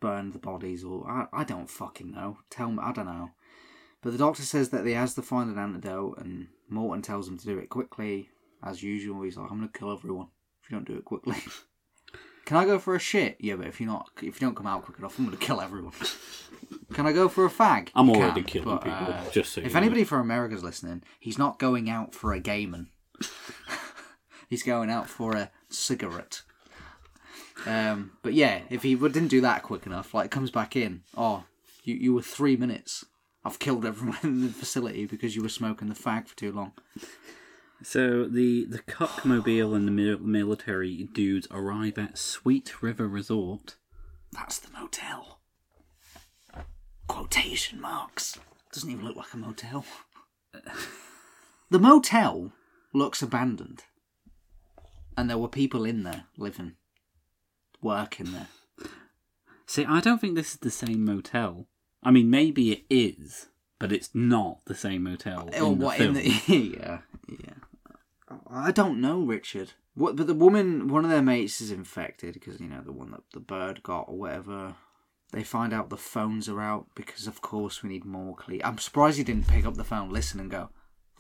B: burned the bodies, or I, I don't fucking know. Tell me, I don't know. But the doctor says that he has to find an antidote, and Morton tells him to do it quickly. As usual, he's like, "I'm gonna kill everyone if you don't do it quickly." Can I go for a shit? Yeah, but if you're not, if you don't come out quick enough, I'm gonna kill everyone. Can I go for a fag?
A: I'm
B: You
A: already
B: can,
A: killing
B: but,
A: people,
B: uh,
A: just so you
B: if
A: know.
B: anybody from America's listening, he's not going out for a gayman. he's going out for a cigarette. Um, but yeah, if he didn't do that quick enough, like comes back in, oh, you you were three minutes. I've killed everyone in the facility because you were smoking the fag for too long.
A: So the the cuckmobile and the mil- military dudes arrive at Sweet River Resort.
B: That's the motel. Quotation marks. Doesn't even look like a motel. the motel looks abandoned. And there were people in there living, working there.
A: See, I don't think this is the same motel. I mean, maybe it is, but it's not the same motel.
B: or
A: in the
B: what
A: film.
B: in the yeah yeah i don't know richard what but the woman one of their mates is infected because you know the one that the bird got or whatever they find out the phones are out because of course we need more cle i'm surprised he didn't pick up the phone listen and go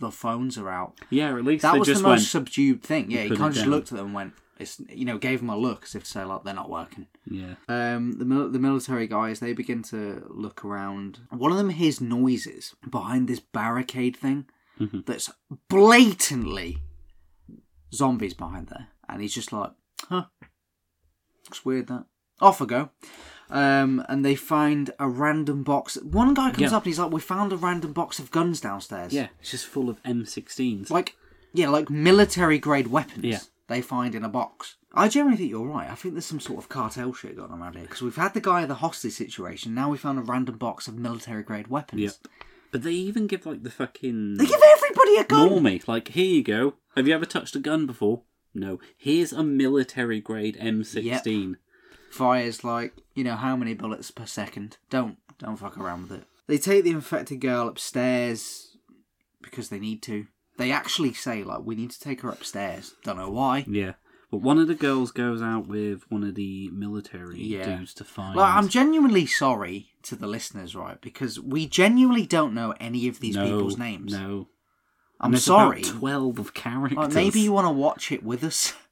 B: the phones are out
A: Yeah, at least
B: that
A: they
B: was the
A: just
B: most
A: went.
B: subdued thing yeah he
A: put it
B: kind of just
A: down.
B: looked at them and went it's you know gave them a look as if to say like they're not working
A: Yeah,
B: um, the mil- the military guys they begin to look around. One of them hears noises behind this barricade thing
A: Mhm.
B: that's blatantly zombies behind there, and he's just like, "Huh, looks weird that." Off I go. Um, and they find a random box. One guy comes
A: Yeah.
B: up and he's like, "We found a random box of guns downstairs."
A: yeah, it's just full of M16s.
B: like yeah, like military grade weapons.
A: Yeah.
B: They find in a box. I generally think you're right. I think there's some sort of cartel shit going on around here because we've had the guy at the hostage situation. Now we found a random box of military grade weapons.
A: Yep. But they even give like the fucking
B: They give everybody a gun.
A: normie. Like, here you go. Have you ever touched a gun before? No. Here's a military grade M16.
B: fires like you know how many bullets per second. Don't don't fuck around with it. They take the infected girl upstairs because they need to. They actually say like we need to take her upstairs. Don't know why.
A: Yeah. But one of the girls goes out with one of the military
B: Yeah.
A: dudes to find.
B: Like, I'm genuinely sorry to the listeners, right? Because we genuinely don't know any of these
A: No,
B: people's names.
A: No.
B: I'm
A: And there's
B: sorry.
A: about Twelve of characters.
B: Like, maybe you want to watch it with us.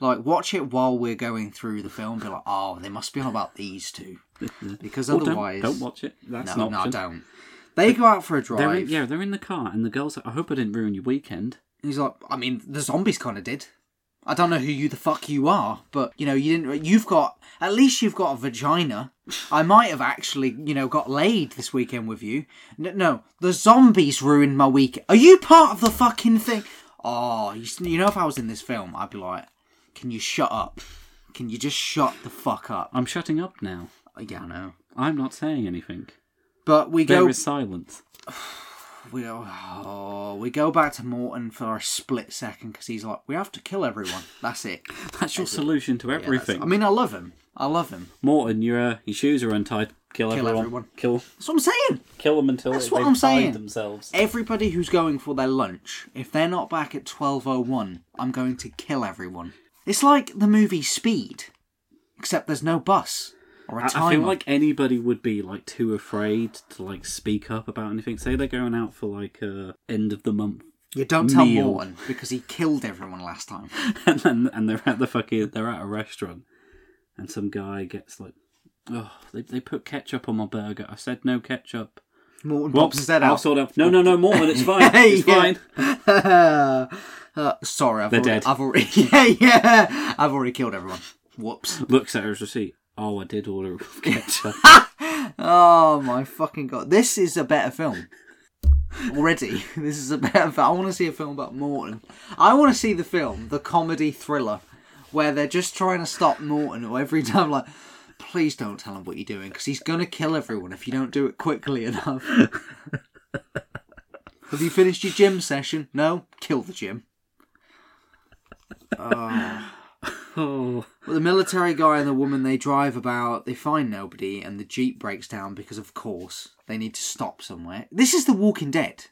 B: Like, watch it while we're going through the film. Be like, oh, they must be on about these two. Because
A: Or don't-
B: otherwise.
A: don't, watch it. That's
B: no,
A: not.
B: no, don't. They go out for a drive.
A: They're in, yeah, they're in the car, and the girls. Like, I hope I didn't ruin your weekend.
B: He's like, I mean, the zombies kind of did. I don't know who you the fuck you are, but you know, you didn't. You've got at least you've got a vagina. I might have actually, you know, got laid this weekend with you. No, no the zombies ruined my week. Are you part of the fucking thing? Oh, you, s- you know, if I was in this film, I'd be like, can you shut up? Can you just shut the fuck up?
A: I'm shutting up now.
B: Yeah, I know.
A: I'm not saying anything.
B: But we go.
A: There is silence.
B: we go, oh, we go back to Morton for a split second because he's like, we have to kill everyone. That's it.
A: That's your solution to
B: Yeah, that's-
A: everything.
B: I mean, I love him. I love him.
A: Morton, your uh, your shoes are untied. Kill,
B: Kill
A: everyone.
B: everyone.
A: Kill
B: That's what I'm saying.
A: kill them until
B: That's
A: they,
B: what
A: have
B: I'm saying.
A: themselves.
B: Everybody who's going for their lunch, if they're not back at 12.01, I'm going to kill everyone. It's like the movie Speed, except there's no bus or
A: I,
B: a
A: I
B: timer.
A: feel like anybody would be like too afraid to like speak up about anything. Say they're going out for like a end of the month,
B: you don't tell
A: Neil.
B: Morton because he killed everyone last time.
A: and then and they're at the fucking they're at a restaurant, and some guy gets like, oh, they they put ketchup on my burger. I said no ketchup.
C: Morton pops
A: Whoops,
C: his head
A: I'll
C: out.
A: sort of. No, no, no, Morton, it's fine. It's
B: Yeah.
A: fine.
B: Uh, sorry, I've
A: They're
B: already,
A: dead.
B: I've already, yeah, yeah, I've already killed everyone. Whoops.
A: Looks at his receipt. Oh, I did order a ketchup.
B: Oh my fucking god! This is a better film. Already, this is a better. film. I want to see a film about Morton. I want to see the film, the comedy thriller, where they're just trying to stop Morton. Or every time, like, please don't tell him what you're doing because he's gonna kill everyone if you don't do it quickly enough. Have you finished your gym session? No, kill the gym.
A: oh,
B: Well, the military guy and the woman they drive about, they find nobody, and the jeep breaks down because, of course, they need to stop somewhere. This is The Walking Dead.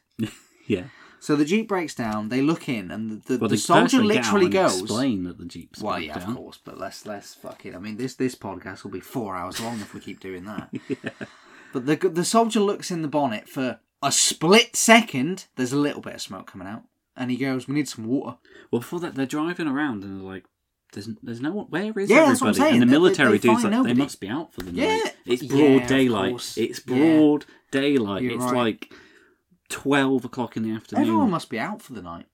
A: yeah.
B: So the jeep breaks down. They look in, and the, the,
A: Well,
B: the
A: they
B: soldier
A: firstly get
B: literally
A: out and
B: goes.
A: Explain that the jeep's
B: Well,
A: broke
B: yeah,
A: down.
B: of course, but let's let's fuck it. I mean, this this podcast will be four hours long if we keep doing that. But the the soldier looks in the bonnet for a split second. There's a little bit of smoke coming out, and he goes, "We need some water."
A: Well, before that, they're driving around and they're like, "There's, there's no one. Where is
B: Yeah,
A: everybody?"
B: that's what I'm saying.
A: And the
B: They- they-
A: military
B: they
A: dudes
B: find
A: like,
B: nobody.
A: they must be out for the
B: Yeah.
A: night. It's
B: Yeah,
A: broad
B: of
A: daylight.
B: course.
A: It's
B: Yeah.
A: broad daylight.
B: You're
A: it's
B: right.
A: like twelve o'clock in the afternoon.
B: Everyone must be out for the night.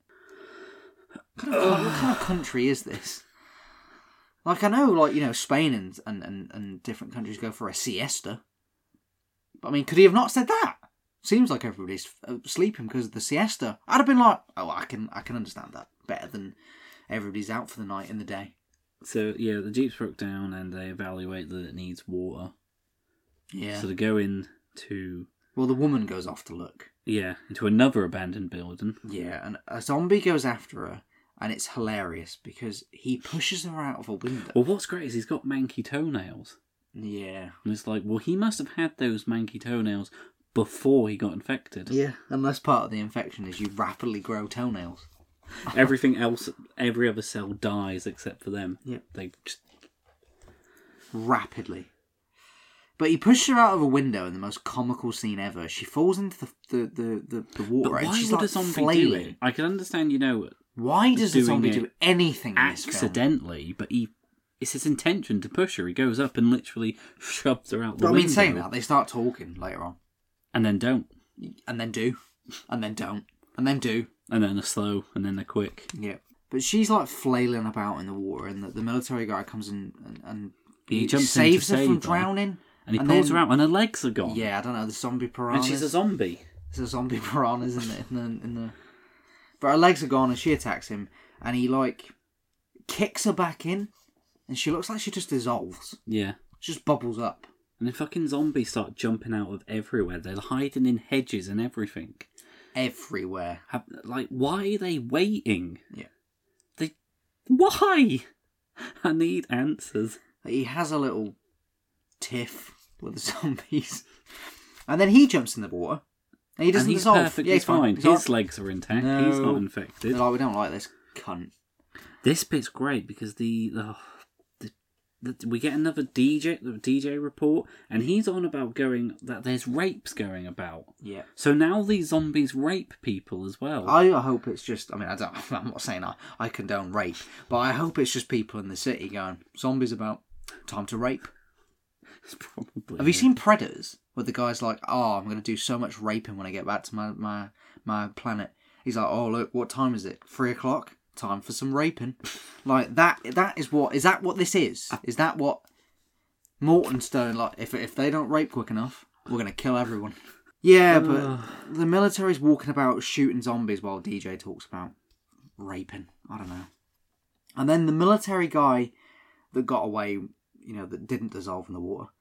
B: What kind, of, what kind of country is this? Like I know, like you know, Spain and, and, and, and different countries go for a siesta. But I mean, could he have not said that? Seems like everybody's uh, sleeping because of the siesta. I'd have been like, oh, I can I can understand that better than everybody's out for the night in the day.
A: So yeah, the jeep's broke down and they evaluate that it needs water.
B: Yeah.
A: So they go in to
B: well, the woman goes off to look.
A: yeah into another abandoned building.
B: Yeah, and a zombie goes after her, and it's hilarious because he pushes her out of a window.
A: Well, what's great is he's got manky toenails,
B: Yeah.
A: and it's like, well, he must have had those manky toenails before he got infected.
C: Yeah.
B: Unless part of the infection is you rapidly grow toenails.
A: Everything else, every other cell dies except for them.
B: Yeah.
A: They just
B: Rapidly. But he pushed her out of a window in the most comical scene ever. She falls into the the, the, the, the water
A: But
B: and
A: why
B: she's
A: would
B: like Mm,
A: a zombie do
B: flailing.
A: it? I can understand, you know,
B: Why does the
A: Doing
B: zombie
A: it
B: do anything in this film?
A: accidentally, but he. It's his intention to push her. He goes up and literally shoves her out the
B: But I
A: window.
B: mean, saying that, they start talking later on.
A: And then don't.
B: And then do. And then don't. And then do.
A: And then they're slow, and then they're quick.
B: Yeah. But she's like flailing about in the water, and the, the military guy comes in and, and
A: He jumps in to
B: saves her
A: save
B: from
A: her.
B: drowning.
A: And he
B: And
A: pulls
B: then-
A: her out, and her legs are gone.
B: Yeah, I don't know, the zombie piranhas.
A: And she's a zombie.
B: There's a zombie piranhas in the, in the in the. But her legs are gone, and she attacks him, and he like kicks her back in, and she looks like she just dissolves,
A: Yeah.
B: she just bubbles up.
A: And then fucking zombies start jumping out of everywhere. They're hiding in hedges and everything.
B: Everywhere.
A: Have, like, why are they waiting?
B: Yeah.
A: They. Why? I need answers.
B: Like, he has a little tiff with the zombies, and then he jumps in the water, and he doesn't
A: and he's
B: dissolve.
A: perfectly
B: yeah, he's
A: fine.
B: fine.
A: His
B: He's all right.
A: legs are intact. He's
B: No.
A: not infected.
B: They're like we don't like this cunt.
A: This bit's great because the, oh, the, the we get another DJ the DJ report, and he's on about going that there's rapes going about.
B: Yeah.
A: So now these zombies rape people as well.
B: I hope it's just. I mean, I don't. I'm not saying I, I condone rape, but I hope it's just people in the city going zombies about time to rape.
A: It's probably
B: Have you seen Predators? Where the guy's like, "Oh, I'm gonna do so much raping when I get back to my my my planet." He's like, "Oh, look, what time is it? Three o'clock. Time for some raping." like that. That is what. Is that what this is? Is that what Morton Stone like? If if they don't rape quick enough, we're gonna kill everyone. Yeah, but the military's walking about shooting zombies while DJ talks about raping. I don't know. And then the military guy that got away, you know, that didn't dissolve in the water.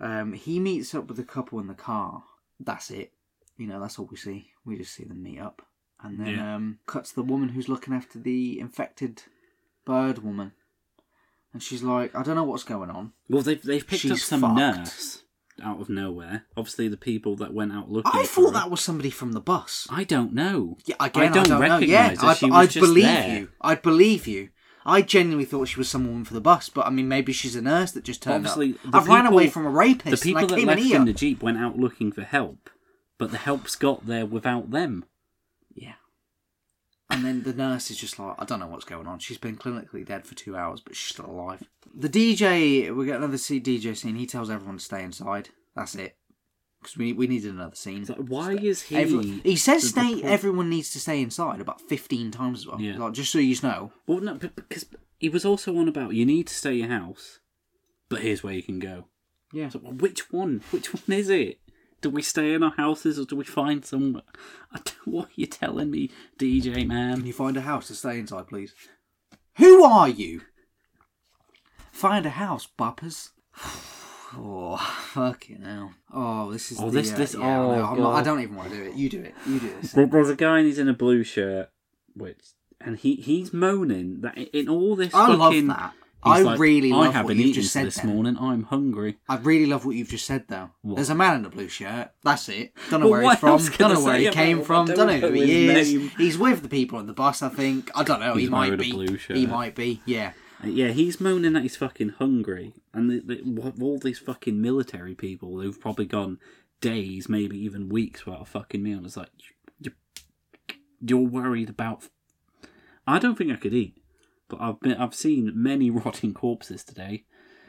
B: Um, he meets up with a couple in the car. That's it. You know, that's all we see. We just see them meet up, and then
A: Yeah.
B: um, cuts to the woman who's looking after the infected bird woman, and she's like, "I don't know what's going on."
A: Well, they've they've picked up
B: She's
A: some
B: fucked.
A: nurse out of nowhere. Obviously, the people that went out looking.
B: I
A: for
B: thought
A: her-
B: that was somebody from the bus.
A: I don't know.
B: Yeah, again,
A: I don't,
B: know.
A: recognize
B: Yeah,
A: her.
B: I,
A: she was
B: I
A: just
B: believe
A: there.
B: you. I believe you. I genuinely thought she was someone for the bus, but I mean, maybe she's a nurse that just turned
A: Obviously,
B: up.
A: the
B: I've ran away
A: people-
B: from a
A: The
B: rapist.
A: people
B: and I
A: that
B: came
A: left
B: in here.
A: in the jeep went out looking for help, but the help's got there without them.
B: Yeah. And then the nurse is just like, I don't know what's going on. She's been clinically dead for two hours, but she's still alive. The DJ, we get another see- DJ scene. He tells everyone to stay inside. That's it. because we we needed another scene.
A: It's like, why is he?
B: Everyone- he says
A: the- the
B: stay.
A: point-
B: Everyone needs to stay inside about fifteen times as well.
A: Yeah.
B: Like, just so you know.
A: Well, no, but because he was also on about you need to stay your house, but here's where you can go.
B: Yeah.
A: So, well, which one? Which one is it? Do we stay in our houses or do we find somewhere? I don't, what are you telling me, DJ
B: Can
A: man?
B: you find a house to stay inside, please? Who are you? Find a house, buppers. Oh, fucking hell. Oh, this is
A: Oh,
B: the,
A: this-
B: uh,
A: this-
B: yeah, I know.
A: oh,
B: I'm not- I
A: God.
B: don't even want to do it. You do it. You do this.
A: There- There's a guy and he's in a blue shirt, which and he he's moaning that i- in all this.
B: I love
A: fucking-
B: that.
A: he's
B: I
A: like,
B: really
A: I
B: love
A: haven't
B: what
A: eaten
B: you've just said
A: this
B: then.
A: morning. I'm hungry.
B: I really love what you've just said, though.
A: What?
B: There's a man in a blue shirt. That's it. Don't know
A: Well,
B: where
A: what
B: he's from.
A: else can
B: Don't
A: I
B: know where
A: say
B: he
A: about
B: came
A: him? I
B: from.
A: don't
B: Don't know
A: know
B: who he
A: his
B: is.
A: name.
B: He's with the people on the bus, I think. I don't know. he
A: He's
B: might
A: wearing a
B: be.
A: blue
B: He
A: shirt.
B: might be. Yeah.
A: Uh, Yeah, he's moaning that he's fucking hungry, and the, the, wh- all these fucking military people who've probably gone days, maybe even weeks without a fucking meal. It's like you, you, are worried about. I don't think I could eat, but I've been I've seen many rotting corpses today.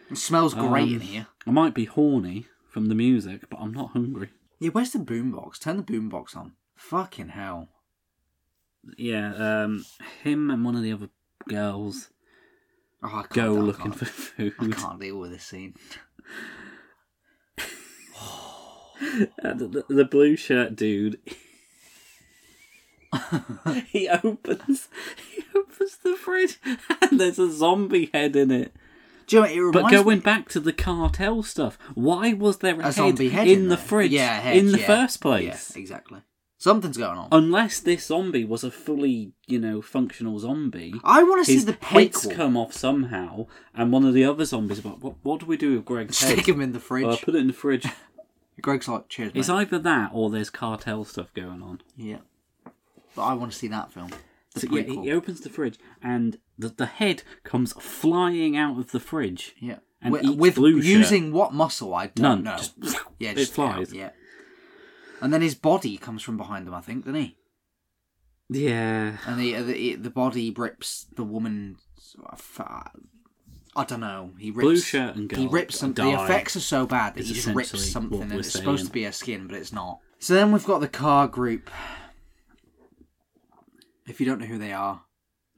B: It smells great
A: Um,
B: in here.
A: I might be horny from the music, but I'm not hungry.
B: Yeah, where's the boombox? Turn the boombox on. Fucking hell.
A: Yeah, um, him and one of the other girls
B: Oh, I can't,
A: go
B: I
A: looking
B: can't-
A: for food.
B: I can't deal with this scene.
A: Uh, the, the- the blue shirt dude. he opens, he opens the fridge, and there's a zombie head in it.
B: Do you know what, it
A: But
B: reminds
A: going
B: me...
A: back to the cartel stuff, why was there a, head,
B: zombie head
A: in,
B: in
A: the
B: there.
A: fridge
B: Yeah, a head,
A: in the
B: yeah.
A: first place?
B: Yeah, exactly. Something's going on.
A: Unless this zombie was a fully, you know, functional zombie.
B: I want to see
A: His
B: the
A: head's
B: prequel.
A: come off somehow, and one of the other zombies about what? What do we do with Greg's head?
B: Stick him in the fridge.
A: Well, I put it in the fridge.
B: Greg's like, cheers, mate.
A: It's either that or there's cartel stuff going on.
B: Yeah. But I want to see that film. The
A: So, yeah,
B: prequel.
A: he
B: Yeah.
A: opens the fridge and the, the head comes flying out of the fridge. And
B: Wi-
A: eats
B: with
A: blue shirt.
B: using what muscle I
A: None.
B: don't know.
A: Just,
B: Oh, yeah,
A: it
B: just
A: flies.
B: Yeah. And then his body comes from behind him, I think, doesn't he?
A: Yeah.
B: And the the, the body rips the woman. I don't know. He rips
A: Blue shirt and girl
B: He rips some. The
A: die.
B: effects are so bad that
A: It's
B: he just rips
A: essentially
B: something,
A: what
B: and
A: we're
B: it's supposed
A: saying.
B: to be a skin, but it's not. So then we've got the car group. If you don't know who they are,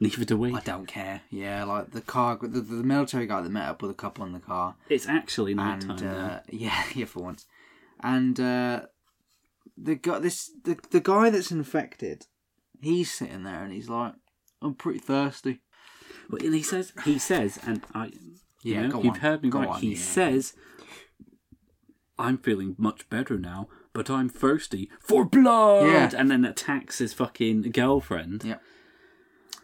A: Neither do we.
B: I don't care. Yeah, like the car, the, the military guy that met up with a couple in the car,
A: It's actually night time
B: and
A: now.
B: uh, yeah, yeah, for once, and uh, the guy, this the the guy that's infected, he's sitting there and he's like, "I'm pretty thirsty."
A: But, and he says, he says, and I, you
B: Yeah,
A: know,
B: go
A: you've
B: on,
A: heard me
B: go
A: right.
B: on,
A: he
B: yeah.
A: says, "I'm feeling much better now, but I'm thirsty for blood."
B: Yeah.
A: And then attacks his fucking girlfriend.
B: Yeah.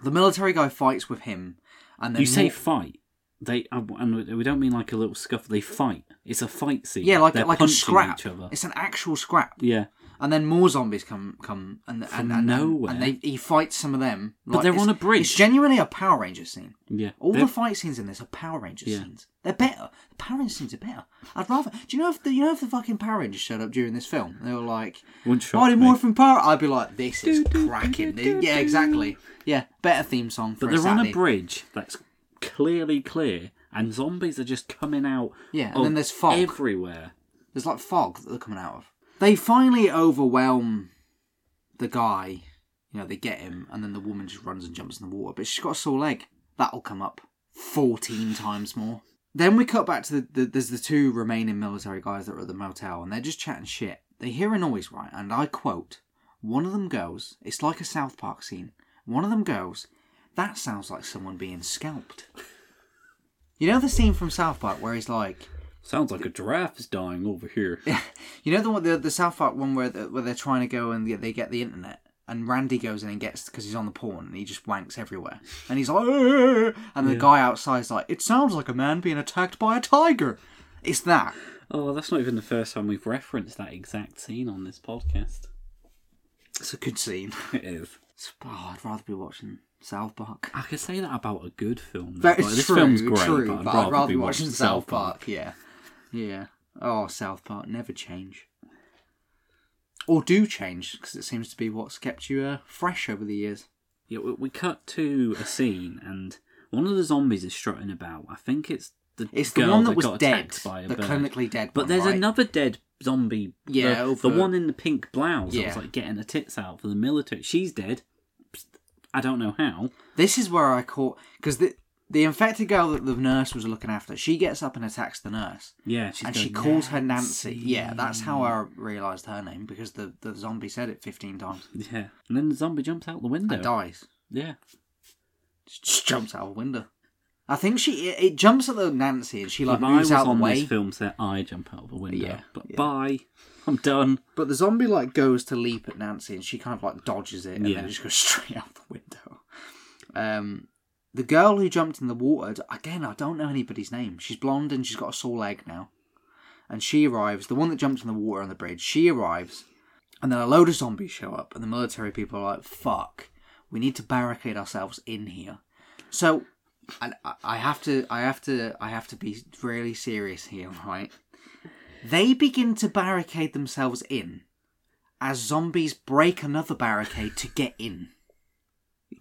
B: The military guy fights with him, and then
A: you say
B: more-
A: fight. They uh, and we don't mean like a little scuff. They fight. It's a fight scene.
B: yeah, like
A: They're
B: like a
A: punching
B: scrap.
A: Each other.
B: It's an actual scrap,
A: Yeah,
B: and then more zombies come come and and, and, and-
A: nowhere.
B: and they he fights some of them.
A: But they're
B: it's-
A: on a bridge.
B: It's genuinely a Power Ranger scene.
A: yeah.
B: All
A: They're-
B: the fight scenes in this are Power Rangers
A: Yeah.
B: scenes. They're better. The Power Rangers scenes are better. I'd rather. Do you know if the you know if the fucking Power Rangers showed up during this film, they were like,
A: Wouldn't shock
B: "I need
A: me.
B: more from Power." I'd be like, "This is
A: Do, do,
B: cracking."
A: do, do,
B: yeah,
A: do.
B: exactly. Yeah, better theme song. For
A: but they're on a
B: Saturday.
A: bridge that's clearly clear, and zombies are just coming out.
B: Yeah, and
A: of
B: then there's fog.
A: everywhere.
B: There's like fog that they're coming out of. They finally overwhelm the guy. You know, they get him, and then the woman just runs and jumps in the water. But she's got a sore leg. That'll come up 14 times more. Then we cut back to the, the there's the two remaining military guys that are at the motel, and they're just chatting shit. They hear a noise, right? And I quote, one of them goes, it's like a South Park scene. One of them goes, that sounds like someone being scalped. You know the scene from South Park where he's like,
A: Sounds like a giraffe is dying over here.
B: you know the one, the, the South Park one where the, where they're trying to go and get, they get the internet, and Randy goes in and gets because he's on the porn and he just wanks everywhere, and he's like, "Arr!" and the guy outside's like, it sounds like a man being attacked by a tiger. It's that.
A: Oh, that's not even the first time we've referenced that exact scene on this podcast.
B: It's a good scene.
A: It is.
B: It's- oh, I'd rather be watching South Park.
A: I could say that about a good film.
B: That
A: Like,
B: is
A: this
B: true.
A: film's great,
B: true,
A: but I'd rather,
B: be watching South Park. Yeah, yeah. Oh, South Park never change, or do change because it seems to be what's kept you uh, fresh over the years.
A: Yeah, we, we cut to a scene, and one of the zombies is strutting about. I think it's the
B: It's the
A: girl
B: one that,
A: that
B: was
A: got
B: dead,
A: attacked by a
B: the
A: bird.
B: clinically dead.
A: But
B: one,
A: there's
B: right?
A: another dead zombie.
B: Yeah,
A: the,
B: over-
A: the one in the pink blouse. that was
B: Yeah.
A: like getting her tits out for the military. She's dead. I don't know how.
B: This is where I caught because the the infected girl that the nurse was looking after, she gets up and attacks the nurse,
A: Yeah, she's
B: and
A: going,
B: she calls her Nancy. Yeah, that's how I realised her name because the the zombie said it fifteen times
A: Yeah, and then the zombie jumps out the window.
B: and dies.
A: yeah,
B: Just jumps out a window. I think she it, it jumps at the Nancy and she like
A: if I was
B: moves out the
A: on
B: way.
A: this film set, I jump out of the window.
B: Yeah,
A: but
B: yeah.
A: bye, I'm done.
B: But the zombie like goes to leap at Nancy and she kind of like dodges it and
A: Yeah.
B: then just goes straight out the window. Um, the girl who jumped in the water again, I don't know anybody's name. She's blonde and she's got a sore leg now. And she arrives, the one that jumped in the water on the bridge, she arrives, and then a load of zombies show up, and the military people are like, "Fuck, we need to barricade ourselves in here." So, and I- I have to, I have to, I have to be really serious here, right? They begin to barricade themselves in as zombies break another barricade to get in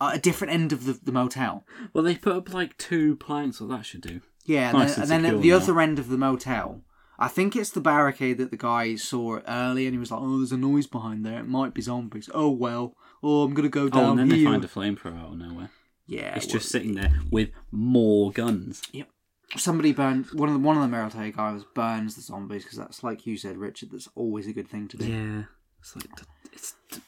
B: at a different end of the, the motel.
A: Well, they put up like two planks. Well, that should do.
B: Yeah,
A: Nice
B: and
A: and
B: then, and then at
A: secure
B: the
A: now.
B: other end of the motel. I think it's the barricade that the guy saw early, and he was like, "Oh, there's a noise behind there. It might be zombies. Oh well. Oh, I'm gonna go down
A: oh, and then they
B: here."
A: find a flamethrower out of nowhere.
B: yeah,
A: It's
B: well,
A: just sitting there with more guns.
B: somebody burns one of the one of the military guys burns the zombies because that's like you said, Richard. That's always a good thing to do.
A: Yeah, it's like t- it's t-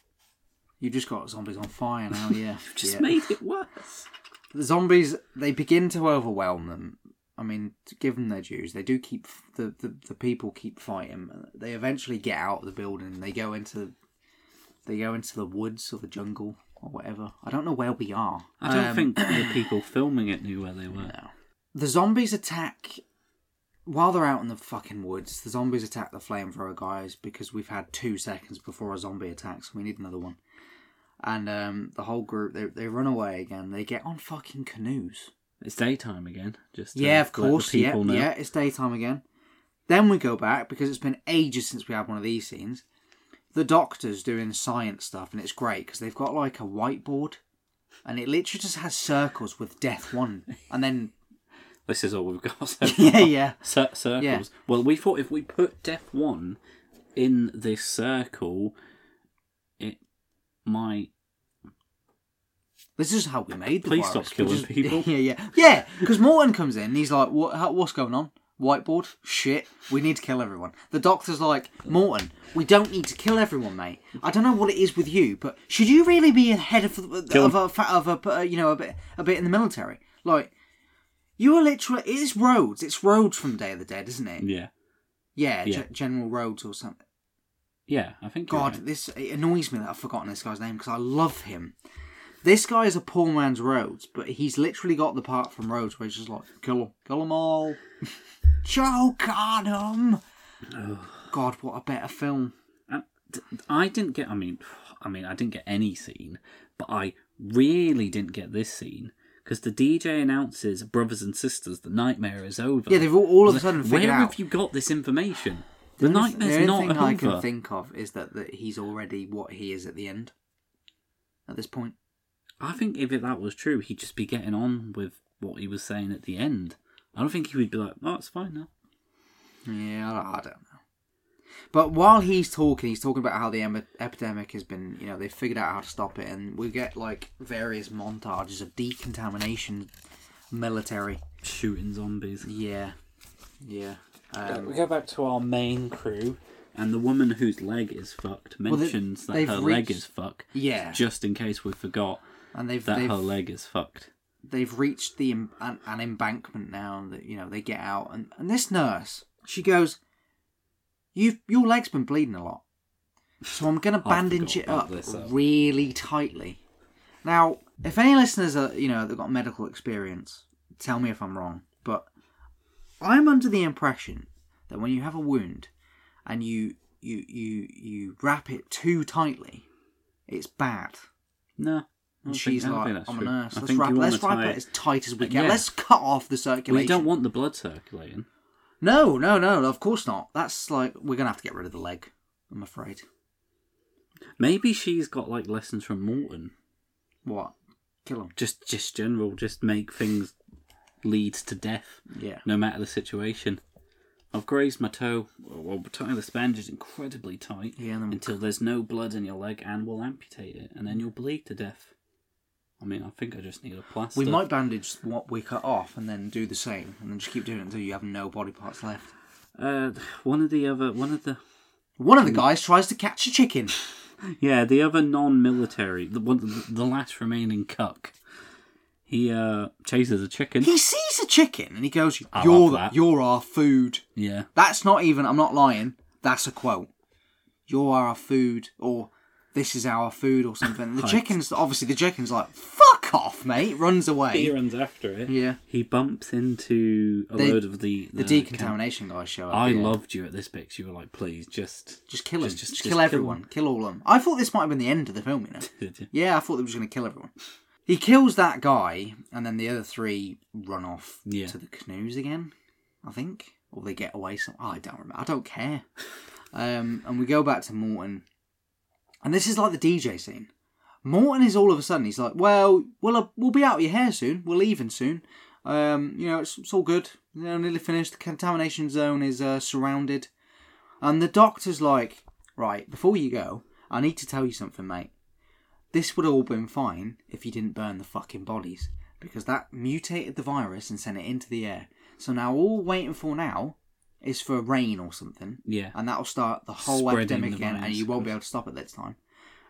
B: You just got zombies on fire now. Yeah,
A: just
B: Yeah.
A: made it worse.
B: the zombies they begin to overwhelm them i mean to give them their dues they do keep the, the, the people keep fighting they eventually get out of the building they go into they go into the woods or the jungle or whatever i don't know where we are
A: I don't
B: Um,
A: think the people filming it knew where they were.
B: no. the zombies attack while they're out in the fucking woods the zombies attack the flamethrower guys because we've had two seconds before a zombie attacks we need another one and um, the whole group they, they run away again they get on fucking canoes
A: It's daytime again. Just to
B: Yeah, of
A: let
B: course.
A: The
B: Yeah,
A: people know.
B: yeah, it's daytime again. Then we go back because it's been ages since we had one of these scenes. The doctor's doing science stuff, and it's great because they've got like a whiteboard, and it literally just has circles with death one, and then
A: This is all we've got. So far.
B: yeah, yeah,
A: Cir- circles.
B: Yeah.
A: Well, we thought if we put Def One in this circle, it might.
B: This is how we made the
A: Please
B: virus.
A: stop
B: We
A: killing
B: just-
A: people.
B: Yeah, yeah, yeah. Because Morton comes in, and he's like, "What? How, what's going on? Whiteboard? Shit! We need to kill everyone." The doctor's like, "Morton, we don't need to kill everyone, mate. I don't know what it is with you, but should you really be ahead of the-
A: Kill
B: of a, fa- of a uh, you know a bit a bit in the military? Like, you are literally it's Rhodes. It's Rhodes from Day of the Dead, isn't it?
A: Yeah.
B: Yeah,
A: Yeah.
B: Ge- General Rhodes or something."
A: Yeah, I think. you're
B: God,
A: right.
B: this it annoys me that I've forgotten this guy's name because I love him. This guy is a poor man's Rhodes, but he's literally got the part from Rhodes where he's just like, kill them, kill them all, choke on them. God, what a better film.
A: And Uh, d- I didn't get. I mean, I mean, I didn't get any scene, but I really didn't get this scene because the DJ announces, "Brothers and sisters, the nightmare is over."
B: Yeah, they've all, all of a
A: Like,
B: sudden figured
A: Where
B: out.
A: have you got this information? The,
B: only-
A: nightmare's
B: only
A: not
B: thing
A: over.
B: I can think of is that, that he's already what he is at the end. At this point,
A: I think if it, that was true, he'd just be getting on with what he was saying at the end. I don't think he would be like, "Oh, it's fine now."
B: yeah, I I don't know. But while he's talking, he's talking about how the em- epidemic has been, you know, they figured out how to stop it, and we get like various montages of decontamination, military.
A: Shooting zombies.
B: Yeah, yeah.
A: Uh,
B: Um,
A: we go back to our main crew, and the woman whose leg is fucked
B: they-
A: mentions
B: they've
A: that her leg
B: reached-
A: is fucked.
B: yeah,
A: Just in case we forgot
B: and they've
A: that
B: they've,
A: her leg is fucked.
B: they've reached the em- an, an embankment now and that you know they get out, and, and this nurse she goes, "You your leg's been bleeding a lot, so I'm gonna
A: I
B: bandage
A: forgot
B: it
A: about
B: up
A: this, uh,
B: really tightly." Now, if any listeners are, you know, they've got medical experience, tell me if I'm wrong, but I'm under the impression that when you have a wound and you you you you wrap it too tightly, it's bad.
A: No. I don't
B: And
A: think-
B: she's
A: I don't
B: like,
A: think that's
B: I'm a
A: true.
B: nurse.
A: I
B: Let's
A: think
B: wrap,
A: you wanna
B: let's wrap
A: tie-
B: it as tight as we can.
A: Yeah.
B: Let's cut off the
A: Well,
B: circulation.
A: you don't want the blood circulating.
B: No, no, no. Of course not. That's like we're gonna have to get rid of the leg. I'm afraid.
A: Maybe she's got like lessons from Morton.
B: What? Kill him.
A: Just, just general, just make things lead to death,
B: Yeah.
A: no matter the situation. I've grazed my toe. Well, tying this bandage is incredibly tight
B: Yeah, and then
A: until there's no blood in your leg, and we'll amputate it, and then you'll bleed to death. I mean, I think I just need a plaster.
B: we might bandage what we cut off and then do the same, and then just keep doing it until you have no body parts left.
A: Uh, one of the other, one of the
B: One of the guys tries to catch a chicken.
A: yeah, the other non-military, the one, the, the last remaining cuck. He uh chases a chicken.
B: He sees a chicken and he goes,
A: I
B: "You're
A: love
B: the,
A: that.
B: you're our food."
A: Yeah,
B: That's not even. I'm not lying. That's a quote. You're our food, or this is our food, or something. The
A: Right.
B: chicken's obviously the chicken's like, "Fuck off, mate!" Runs away.
A: he runs after it.
B: Yeah.
A: He bumps into a
B: They-
A: load of the
B: The decontamination guys show up.
A: I
B: yeah.
A: loved you at this bit. You were like, please, just
B: Just kill them.
A: Just-
B: Just,
A: just- just
B: kill
A: kill
B: everyone. Kill, all of them. I thought this might have been the end of the film. You know.
A: did you?
B: Yeah, I thought they were just going to kill everyone. He kills that guy, and then the other three run off
A: Yeah.
B: to the canoes again. I think, or they get away. Some I don't remember. I don't care. Um, and we go back to Morton, and this is like the DJ scene. Morton is all of a sudden he's like, "Well, we'll uh, we'll be out of your hair soon. We're leaving soon. Um, you know, it's, it's all good. You know, nearly finished. The contamination zone is uh, surrounded." And the doctor's like, "Right, before you go, I need to tell you something, mate." This would all been fine if you didn't burn the fucking bodies, because that mutated the virus and sent it into the air. So now all we're waiting for now is for rain or something,
A: Yeah,
B: and that'll start the whole
A: Spreading
B: epidemic
A: the
B: again, and
A: virus,
B: you won't
A: of
B: be able to stop it this time.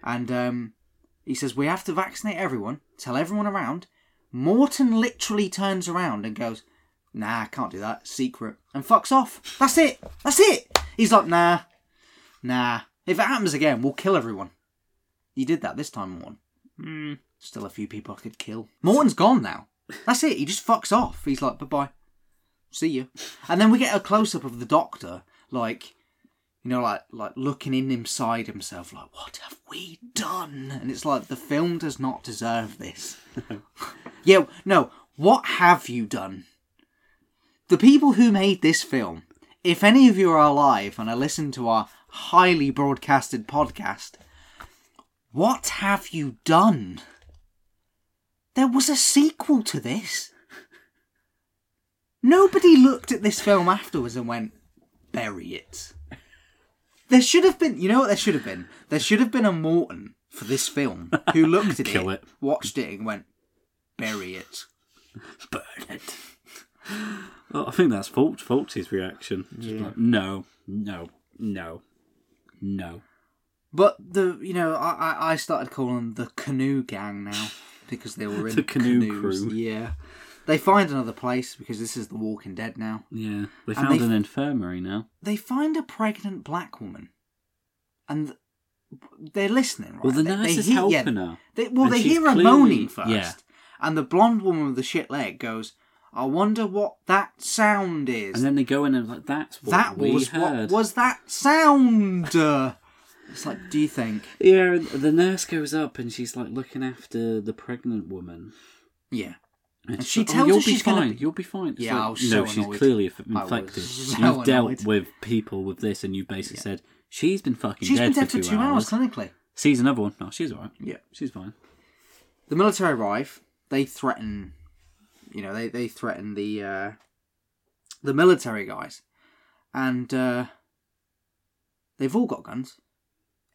B: And um, he says we have to vaccinate everyone, tell everyone around. Morton literally turns around and goes, "Nah, can't do that. Secret," and fucks off. That's it. That's it. He's like, "Nah, nah. If it happens again, we'll kill everyone." You did that this time, Morton. Hmm. Still a few people I could kill. Morton's gone now. That's it. He just fucks off. He's like, bye bye. See you. And then we get a close up of the doctor, like, you know, like like looking in inside himself, like, what have we done? And it's like the film does not deserve this. yeah, no. What have you done? The people who made this film, if any of you are alive and are listening to our highly broadcasted podcast, what have you done? There was a sequel to this. Nobody looked at this film afterwards and went, bury it. There should have been, you know what there should have been? There should have been a Morton for this film who looked at
A: Kill
B: it,
A: it.
B: watched it, and went, bury it.
A: burn it. well, I think that's Fulch, Fulch's reaction. Just like, no, no, no, no.
B: But the you know I I- I started calling them the canoe gang now because they were in
A: The canoe
B: canoes.
A: crew.
B: Yeah, they find another place because this is the Walking Dead now.
A: Yeah, they
B: And
A: found
B: they-
A: an infirmary now.
B: They find a pregnant black woman, and th- they're listening. Right?
A: Well, the
B: They- they
A: nurse is
B: hear- yeah,
A: helping her.
B: They, well,
A: And
B: they
A: she's
B: hear her
A: clearly-
B: moaning first,
A: yeah.
B: and the blonde woman with the shit leg goes, "I wonder what that sound is."
A: And then they go in and like, that's what
B: that
A: we
B: was
A: heard.
B: what was that sound? Uh, it's like, do you think?
A: Yeah, and the nurse goes up and she's like looking after the pregnant woman.
B: Yeah.
A: And
B: she
A: like, "Oh,
B: tells her
A: you'll be
B: she's gonna
A: fine.
B: be-
A: You'll be fine. It's
B: Yeah,
A: like,
B: I was
A: no,
B: so
A: she's
B: annoyed.
A: clearly inf-
B: I was
A: infected.
B: so
A: You've dealt
B: annoyed.
A: with people with this, and you've basically said she's been fucking
B: She's
A: dead,
B: been dead for two, hours. clinically.
A: Sees another one. No, she's alright.
B: Yeah.
A: She's fine.
B: The military arrive. They threaten, you know, they, they threaten the uh, the military guys, and uh, they've all got guns.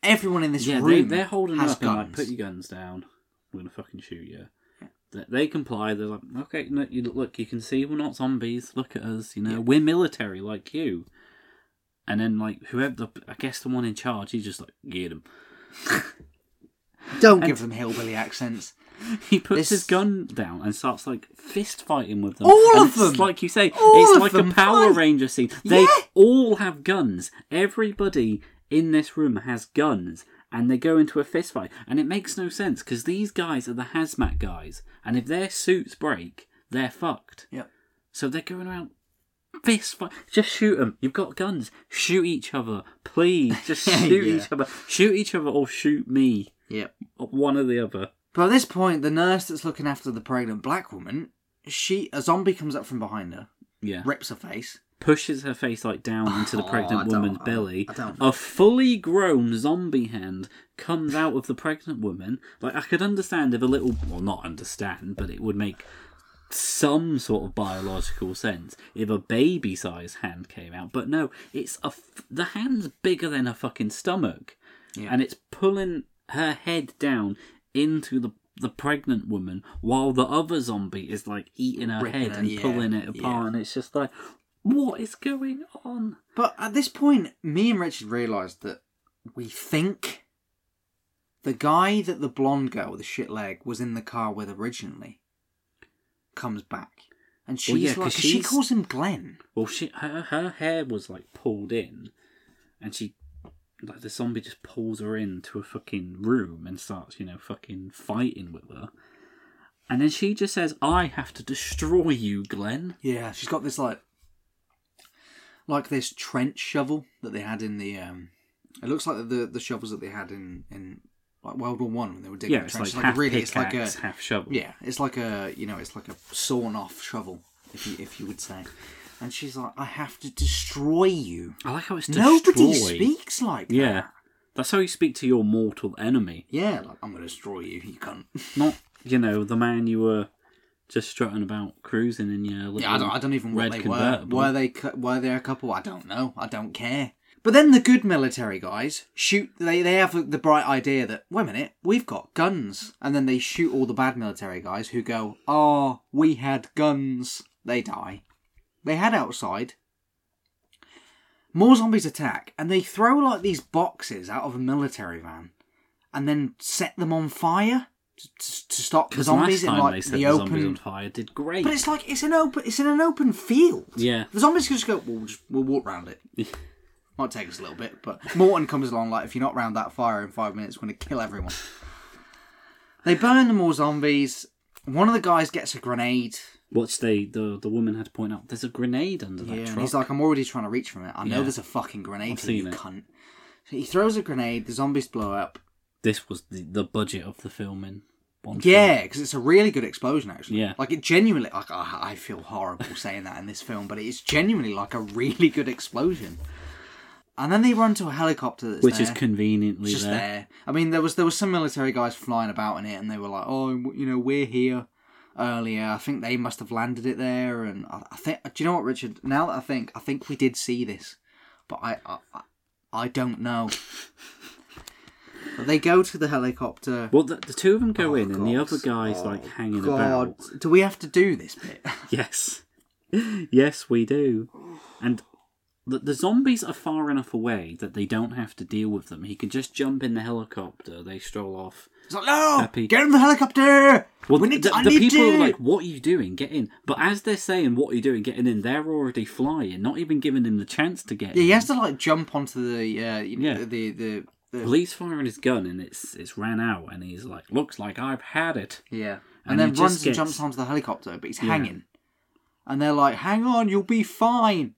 B: Everyone in this
A: yeah,
B: room
A: they, they're holding
B: has
A: up and
B: guns.
A: like, put your guns down. We're gonna fucking shoot you. They- They comply. They're like, okay, no, you, look, you can see we're not zombies. Look at us, you know, we're military like you. And then, like, whoever, the, I guess the one in charge, he's just like, get him.
B: Don't give them hillbilly accents.
A: He puts
B: This-
A: his gun down and starts like fist fighting with them.
B: All
A: And
B: of
A: it's
B: them!
A: like you say,
B: All
A: it's
B: of
A: like
B: them
A: a Power
B: fight!
A: Ranger scene. They
B: Yeah!
A: all have guns. Everybody in this room has guns, and they go into a fist fight, and it makes no sense because these guys are the hazmat guys, and if their suits break, they're fucked.
B: Yep.
A: So they're going around. Fist fight. Just shoot them. You've got guns. Shoot each other, please. Just shoot
B: Yeah.
A: each other. Shoot each other, or shoot me.
B: Yep.
A: One or the other.
B: But at this point, the nurse that's looking after the pregnant black woman, she a zombie comes up from behind her,
A: Yeah.
B: rips her face.
A: pushes her face like down into the
B: Oh, I
A: pregnant
B: don't-
A: woman's
B: I-
A: belly.
B: I don't-
A: A fully grown zombie hand comes out of the pregnant woman. Like I could understand if a little, well, not understand, but it would make some sort of biological sense if a baby sized hand came out. But no, it's a f- the hand's bigger than her fucking stomach,
B: Yeah.
A: and it's pulling her head down into the the pregnant woman while the other zombie is like eating her
B: Ripping
A: head
B: her-
A: and
B: yeah,
A: pulling it apart,
B: yeah.
A: and it's just like, what is going on?
B: But at this point, me and Richard realised that we think the guy that the blonde girl with the shit leg was in the car with originally comes back. And she's
A: Well, yeah, 'cause
B: like, 'cause she
A: she's-
B: calls him Glenn.
A: Well, she her her hair was like pulled in, and she like the zombie just pulls her into a fucking room and starts you know fucking fighting with her, and then she just says, "I have to destroy you, Glenn."
B: Yeah, she's got this like, like this trench shovel that they had in the. um It looks like the the shovels that they had in in like World War One when they were digging
A: Yeah,
B: the
A: it's like
B: trenches.
A: half
B: really,
A: pickaxe,
B: it's like a
A: half shovel.
B: Yeah, it's like a you know, it's like a sawn off shovel, if you if you would say. And she's like, I have to destroy you.
A: I like how it's
B: Nobody
A: destroy.
B: speaks like that.
A: Yeah, that's how you speak to your mortal enemy,
B: Yeah, like I'm gonna destroy you, you cunt.
A: not you know the man you were just strutting about cruising in your little
B: Yeah, I don't, I don't even know
A: red
B: what they were.
A: convertible.
B: Were they cu- were they a couple? I don't know. I don't care. But then the good military guys shoot. They they have the bright idea that wait a minute, we've got guns, and then they shoot all the bad military guys who go, "Ah, we had guns." They die. They head outside. More zombies attack, and they throw like these boxes out of a military van, and then set them on fire to, to, to stop the
A: Because last
B: zombies in
A: time
B: like
A: they set
B: the
A: the,
B: open
A: zombies on fire, did great.
B: but it's like it's an open it's in an open field.
A: Yeah.
B: The zombies can just go we'll, just, we'll walk round it. Might take us a little bit, but Morton comes along like if you're not round that fire in five minutes, we're gonna kill everyone. They burn them all zombies. One of the guys gets a grenade.
A: Which they the the woman had to point out. There's a grenade under that
B: and
A: truck.
B: he's like, I'm already trying to reach from it. I know
A: Yeah.
B: there's a fucking grenade
A: I've
B: here, you
A: seen it.
B: cunt. So he throws a grenade, the zombies blow up.
A: this was the, the budget of the film in one shot.
B: Yeah, because it's a really good explosion, actually.
A: Yeah.
B: Like, it genuinely, like, I, I feel horrible saying that in this film, but it's genuinely like a really good explosion. And then they run to a helicopter that's
A: which
B: there.
A: is conveniently
B: It's just
A: there.
B: there. I mean, there was there was some military guys flying about in it, and they were like, "Oh, w- you know, we're here earlier. I think they must have landed it there." And I, I think, do you know what, Richard? Now that I think, I think we did see this, but I I, I- I don't know. but they go to the helicopter.
A: Well, the, the two of them go
B: Oh,
A: in, and the
B: God.
A: other guy's like
C: Oh,
A: hanging
B: God,
A: about.
B: do we have to do this bit?
A: Yes, yes, we do. And the, the zombies are far enough away that they don't have to deal with them. He can just jump in the helicopter. They stroll off.
B: It's like, no,
A: Happy-
B: get in the helicopter.
A: Well,
B: we need
A: the,
B: to, I
A: the
B: need
A: people
B: to.
A: are like, "What are you doing? Get in!" But as they're saying, "What are you doing? Getting in?" They're already flying, not even giving him the chance to get.
B: yeah,
A: in.
B: he has to like jump onto the uh, you know,
A: Yeah.
B: the the, the
A: Lee's firing his gun and it's it's ran out and he's like, looks like I've had it.
B: Yeah.
A: And
B: And,
A: he
B: then
A: just
B: runs and
A: gets-
B: jumps onto the helicopter, but he's
A: Yeah.
B: hanging. And they're like, hang on, you'll be fine.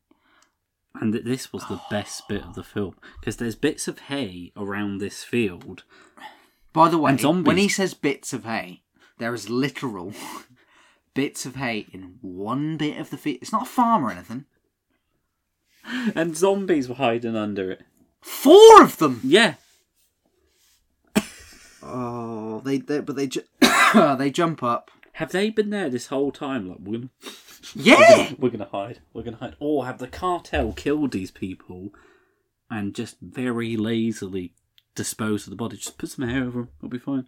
A: And th- this was the best bit of the film because there's bits of hay around this field.
B: By the way,
A: And zombies.
B: when he says bits of hay, there is literal bits of hay in one bit of the field. It's not a farm or anything.
A: And zombies were hiding under it.
B: Four of them!
A: Yeah.
B: Oh, they, they but they, ju- they jump up.
A: Have they been there this whole time? Like, we're gonna,
B: Yeah!
A: we're gonna hide. We're gonna hide. Or have the cartel killed these people and just very lazily disposed of the body? Just put some hair over them. It'll be fine.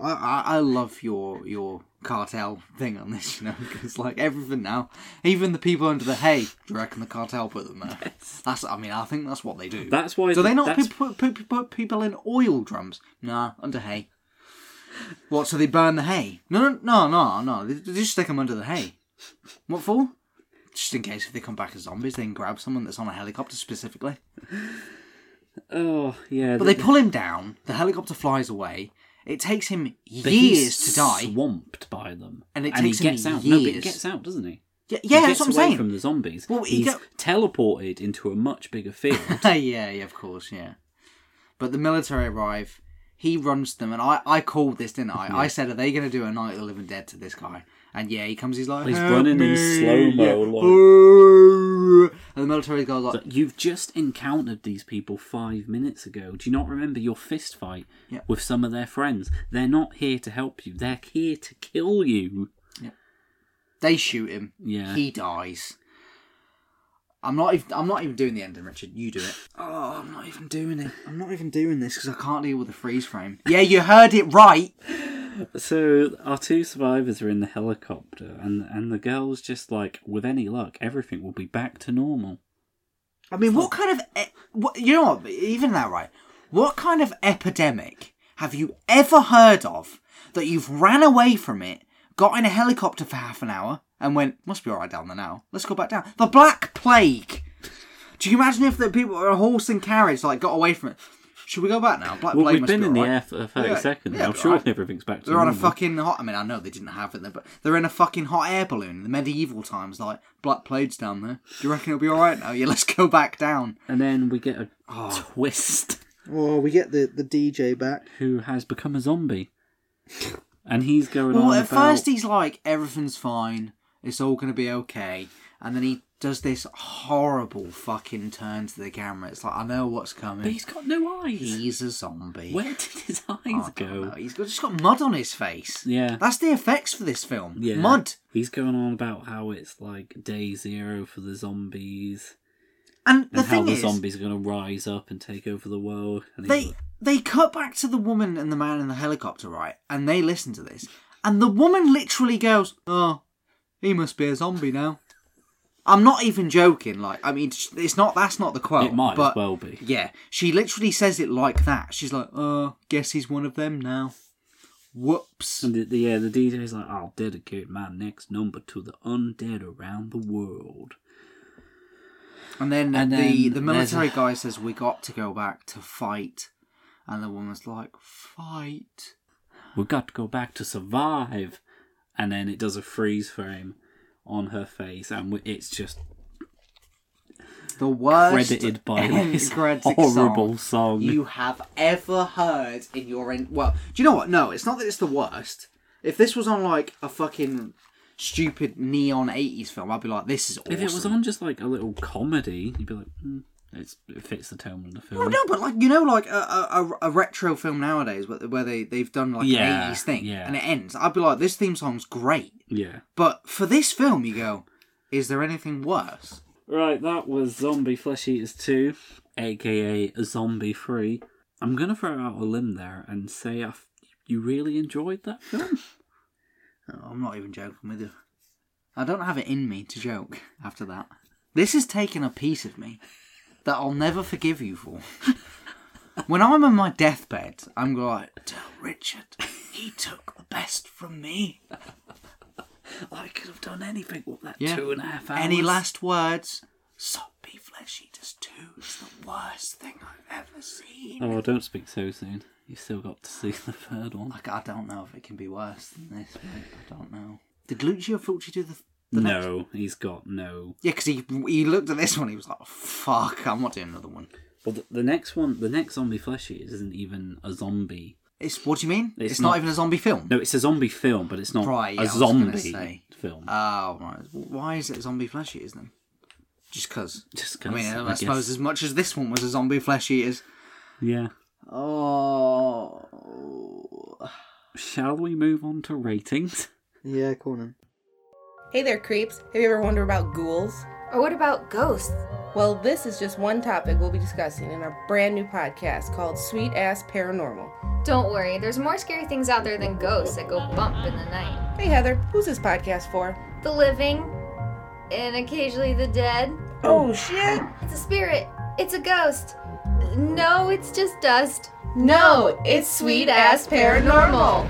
B: I, I, I love your your cartel thing on this, you know, because like everything now, even the people under the hay, do you reckon the cartel put them there? That's, I mean, I think that's what they do.
A: That's why.
B: Do they not
A: that's-
B: put, put, put, put people in oil drums? Nah, under hay. What? So they burn the hay? No, no, no, no, no. They they just stick them under the hay. What for? Just in case if they come back as zombies, they can grab someone that's on a helicopter specifically.
A: Oh yeah.
B: But they pull him down. The helicopter flies away. It takes him
A: But he's
B: years to die.
A: Swamped by them,
B: And it takes
A: he
B: him
A: gets out. No, but he
B: years.
A: gets out, doesn't he?
B: yeah,
A: He
B: yeah that's
A: gets
B: what I'm
A: away
B: saying.
A: from the zombies.
B: Well, he
A: he's
B: go-
A: teleported into a much bigger field.
B: yeah, yeah, of course, yeah. But the military arrive. He runs to them, and I, I called this, didn't I? I said, "Are they going to do a Night of the Living Dead to this guy?" And yeah, he comes. He's like,
A: He's
B: "Help
A: running in
B: me."
A: slow-mo,
B: Yeah. and the military guy like,
A: But You've just encountered these people five minutes ago. Do you not remember your fist fight
B: Yeah.
A: with some of their friends? They're not here to help you. They're here to kill you.
B: Yeah. They shoot him.
A: Yeah.
B: He dies. I'm not. Even, I'm not even doing the ending, Richard. You do it. Oh, I'm not even doing it. I'm not even doing this because I can't deal with the freeze frame. Yeah, you heard it right.
A: So our two survivors are in the helicopter, and and the girl's just like, with any luck, everything will be back to normal.
B: I mean, what kind of e- what you know? What, even that, right? What kind of epidemic have you ever heard of that you've ran away from it, got in a helicopter for half an hour, and went, "Must be all right down there now. Let's go back down." The Black Plague. Do you imagine if the people on a horse and carriage like got away from it? Should we go back now? Black
A: Well,
B: Plague
A: we've
B: must
A: been
B: be
A: in the
B: all right.
A: air for thirty
B: Yeah,
A: seconds.
B: yeah,
A: I'm
B: but
A: sure
B: I-
A: everything's back to
B: They're on a
A: normal.
B: fucking hot. I mean, I know they didn't have it there, but they're in a fucking hot air balloon. in The medieval times, like Black Plague's down there. Do you reckon it'll be all right now? Yeah, let's go back down.
A: And then we get a twist.
C: Oh, we get the, the DJ back.
A: Who has become a zombie? And he's going
B: Well,
A: on
B: at
A: about.
B: first he's like, everything's fine, it's all gonna be okay, and then he does this horrible fucking turn to the camera. It's like, I know what's coming.
A: But he's got no eyes.
B: he's a zombie.
A: Where did his
B: I
A: eyes
B: don't
A: go?
B: know. He's got, just got mud on his face.
A: Yeah.
B: That's the effects for this film.
A: Yeah.
B: Mud.
A: He's going on about how it's like day zero for the zombies,
B: And the
A: and how
B: thing
A: the
B: is,
A: zombies are going to rise up and take over the world. And he's
B: they they cut back to the woman and the man in the helicopter, right? And they listen to this, and the woman literally goes, "Oh, he must be a zombie now." I'm not even joking. Like, I mean, it's not. That's not the quote.
A: It might
B: but
A: as well be.
B: Yeah, she literally says it like that. She's like, "Oh, guess he's one of them now." Whoops.
A: And the, the, yeah, the DJ's like, I'll dedicate my next number to the undead around the world.
B: And then,
A: And
B: the
A: then
B: the
A: there's a-
B: military guy says, "We got to go back to fight," and the woman's like, "Fight."
A: We've got to go back to survive. And then it does a freeze frame on her face, and we- it's just
B: The worst
A: credited by this
B: credit
A: horrible song.
B: you have ever heard in your in- well do you know what no it's not that it's the worst if this was on like a fucking stupid neon 80s film i'd be like this is awesome
A: If it was on just like a little comedy, you'd be like, hmm, it's, it fits the tone of the film.
B: Oh, no, but like you know, like a, a, a- a retro film nowadays where, where they they've done like
A: Yeah,
B: an 80s thing
A: yeah.
B: and it ends. I'd be like, this theme song's great,
A: Yeah.
B: but for this film, you go, is there anything worse?
A: Right, that was Zombie Flesh Eaters 2, aka Zombie 3. I'm going to throw out a limb there and say I f- you really enjoyed that film.
B: Oh, I'm not even joking with you. I don't have it in me to joke after that. This has taken a piece of me that I'll never forgive you for. when I'm on my deathbed, I'm gonna like, tell Richard, he took the best from me.
A: I could have done anything with that
B: Yeah.
A: two and a half hours.
B: Any last words? Soppy Flesh Eaters 2 is the worst thing I've ever seen.
A: Oh, don't speak so soon. You still got to see the third one.
B: Like, I don't know if it can be worse than this, mate. I don't know. Did Lucio Fulci do the. the next
A: No, he's got no.
B: Yeah, because he he looked at this one, he was like, "Fuck, I'm not doing another one."
A: Well, the, the next one, the next zombie flesh eaters isn't even a zombie.
B: It's what do you mean?
A: It's
B: It's, not,
A: not-
B: even a zombie film.
A: No, it's a zombie film, but it's not
B: Right, yeah, I
A: a
B: was gonna
A: zombie
B: say.
A: film.
B: Oh right, why is it zombie flesh eaters then? Just because.
A: Just
B: I
A: 'cause,
B: mean, I,
A: guess.
B: suppose as much as this one was a zombie flesh eaters.
A: Yeah.
B: Oh.
A: Shall we move on to ratings?
C: Yeah, Conan.
D: Hey there, creeps. Have you ever wondered about ghouls?
E: Or what about ghosts?
D: Well, this is just one topic we'll be discussing in our brand new podcast called Sweet Ass Paranormal.
E: Don't worry, there's more scary things out there than ghosts that go bump in the night.
D: Hey, Heather, who's this podcast for?
E: The living, and occasionally the dead.
D: Oh, shit.
E: It's a spirit. It's a ghost. No, it's just dust.
D: No, it's
E: Sweet ass paranormal.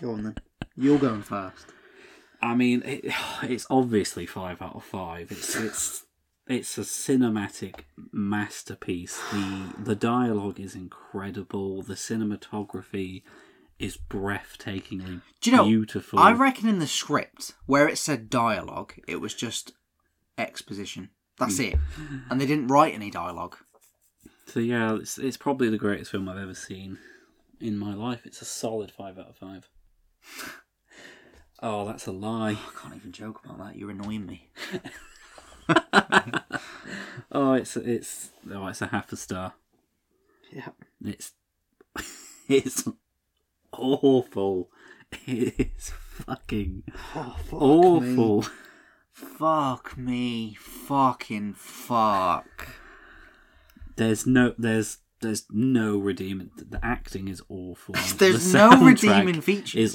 C: Go on then.
B: You're going first.
A: I mean, it, it's obviously five out of five. It's it's it's a cinematic masterpiece. the The dialogue is incredible. The cinematography is breathtakingly
B: Do you know?
A: beautiful.
B: I reckon in the script where it said dialogue, it was just exposition. That's
A: Hmm.
B: it, and they didn't write any dialogue.
A: so yeah, it's it's probably the greatest film I've ever seen in my life. It's a solid five out of five. Oh, that's a lie.
B: I can't even joke about that. You're annoying me.
A: Oh, it's it's oh, it's a half a star.
C: Yeah.
A: It's it's awful. It's fucking
C: Oh, fuck me.
A: awful.
B: Fuck me. Fucking fuck.
A: There's no there's there's no redeeming. The acting is awful.
B: There's
A: The
B: no
A: soundtrack
B: redeeming
A: Is
B: features.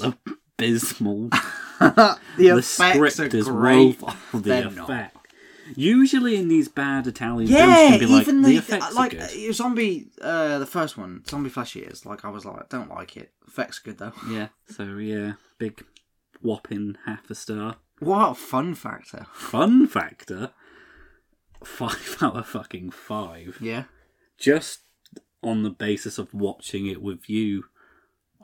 A: abysmal.
B: the
A: the
B: effects
A: script
B: are
A: is
B: great.
A: woeful. The
B: They're not.
A: effect. Usually in these bad Italian
B: Yeah,
A: films, can be like
B: even
A: the,
B: the,
A: effects
B: like
A: are good.
B: uh, zombie, uh, the first one, zombie flash ears. Like I was like, don't like it. Effects are good though.
A: Yeah. So yeah, big whopping half a star.
B: What a fun factor.
A: Fun factor. Five out of fucking five.
B: Yeah.
A: Just on the basis of watching it with you,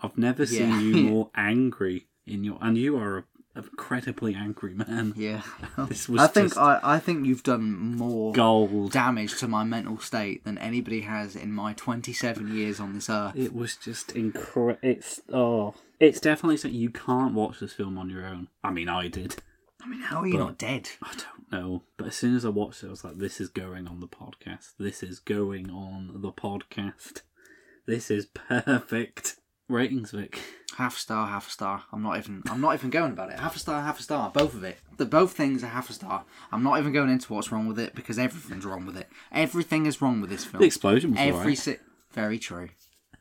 A: I've never
B: Yeah.
A: seen you more angry in your. And you are a incredibly angry man.
B: Yeah.
A: This was
B: I think
A: just
B: I, I think you've done more
A: gold.
B: damage to my mental state than anybody has in my 27 years on this earth.
A: It was just incredible. It's oh, it's definitely something you can't watch this film on your own. I mean, I did.
B: I mean, how are you
A: But-
B: not dead?
A: I don't know, but as soon as I watched it, I was like, "This is going on the podcast. This is going on the podcast. This is perfect." Ratings, Vic.
B: Half a star, half a star. I'm not even. I'm not even going about it. Half a star, half a star. Both of it. The both things are half a star. I'm not even going into what's wrong with it because everything's wrong with it. Everything is wrong with this film.
A: The explosion was
B: Every
A: alright.
B: si- very true,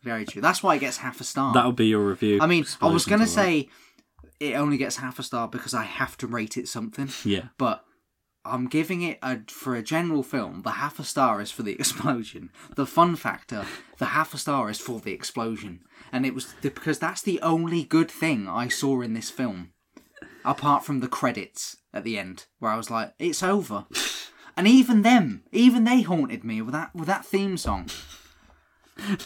B: very true. That's why it gets half a star.
A: That would be your review.
B: Oh. I mean, I was
A: Explosion's
B: gonna
A: alright.
B: say it only gets half a star because I have to rate it something,
A: yeah,
B: but I'm giving it a for a general film. The half a star is for the explosion. The fun factor. The half a star is for the explosion, and it was because that's the only good thing I saw in this film, apart from the credits at the end, where I was like, "It's over." And even them, even they haunted me with that with that theme song.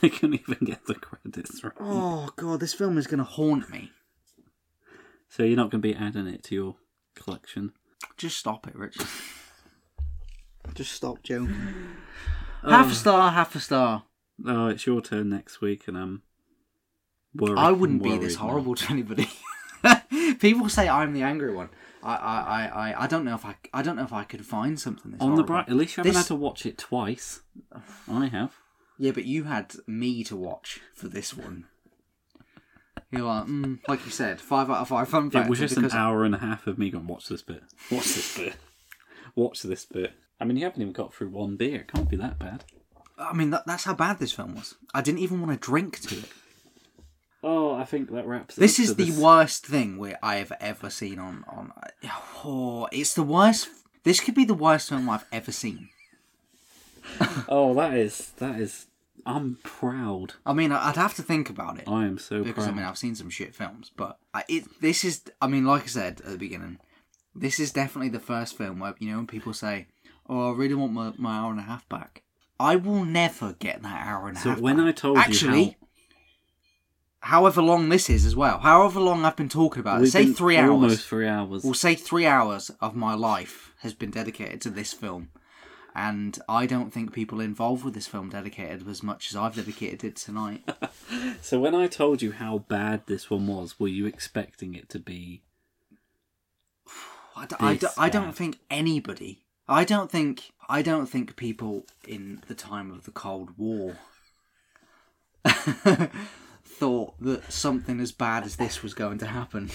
A: they couldn't even get the credits right.
B: Oh god, this film is gonna haunt me.
A: So you're not going to be adding it to your collection.
B: Just stop it, Rich.
C: Just stop, Joe.
B: Half a star, half a star.
A: Oh, it's your turn next week, and I'm worried.
B: I wouldn't be
A: worried
B: this
A: now.
B: horrible to anybody. People say I'm the angry one. I, I, I, I, I don't know if I, I don't know if I could find something this
A: On the
B: horrible.
A: bright, at least you haven't
B: This-
A: had to watch it twice. I have.
B: Yeah, but you had me to watch for this one. You're like, mm, like you said, five out of five fun
A: It
B: factor.
A: was just an
B: because
A: hour and a half of me going, watch this bit, watch this bit, watch this bit. I mean, you haven't even got through one beer. It can't be that bad.
B: I mean, that, that's how bad this film was. I didn't even want to drink to it.
A: Oh, I think that wraps.
B: This
A: it
B: is
A: up to
B: the worst thing we I have ever seen on on. Oh, it's the worst. This could be the worst film I've ever seen.
A: Oh, that is that is. I'm proud.
B: I mean, I- I'd have to think about it
A: I am so
B: because I
A: proud.
B: mean I've seen some shit films, but I, it this is. I mean, like I said at the beginning, this is definitely the first film where you know when people say, "Oh, I really want my, my hour and a half back." I will never get that hour and a
A: so
B: half.
A: when
B: back.
A: I told
B: actually.
A: you
B: However long this is as well, however long I've been talking
A: how
B: about it, say
A: been
B: three hours.
A: almost three hours.
B: We'll say three hours of my life has been dedicated to this film. And I don't think people involved with this film dedicated as much as I've dedicated it tonight.
A: So when I told you how bad this one was, were you expecting it to be?
B: I, d- I d-
A: This
B: I don't
A: bad.
B: think anybody. I don't think. I don't think people in the time of the Cold War thought that something as bad as this was going to happen.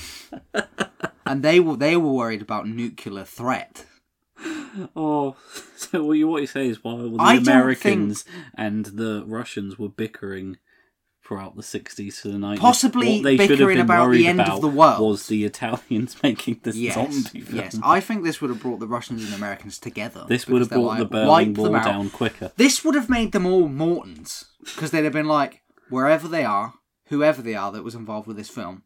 B: and they were they were worried about nuclear threat.
A: Oh, so what you what you say is while the
B: I don't think-
A: Americans and the Russians were bickering throughout the sixties to the nineties,
B: Possibly
A: what they should have
B: bickering
A: been
B: about the
A: worried
B: end of
A: about
B: the world.
A: was the Italians making this
B: Yes,
A: zombie film.
B: yes. I think this would have brought the Russians and Americans together.
A: this would
B: because
A: have
B: they're
A: brought the
B: like, "Wipe
A: Berlin
B: them
A: Wall
B: out."
A: down quicker.
B: This would have made them all Mortons because they'd have been like, wherever they are, whoever they are that was involved with this film,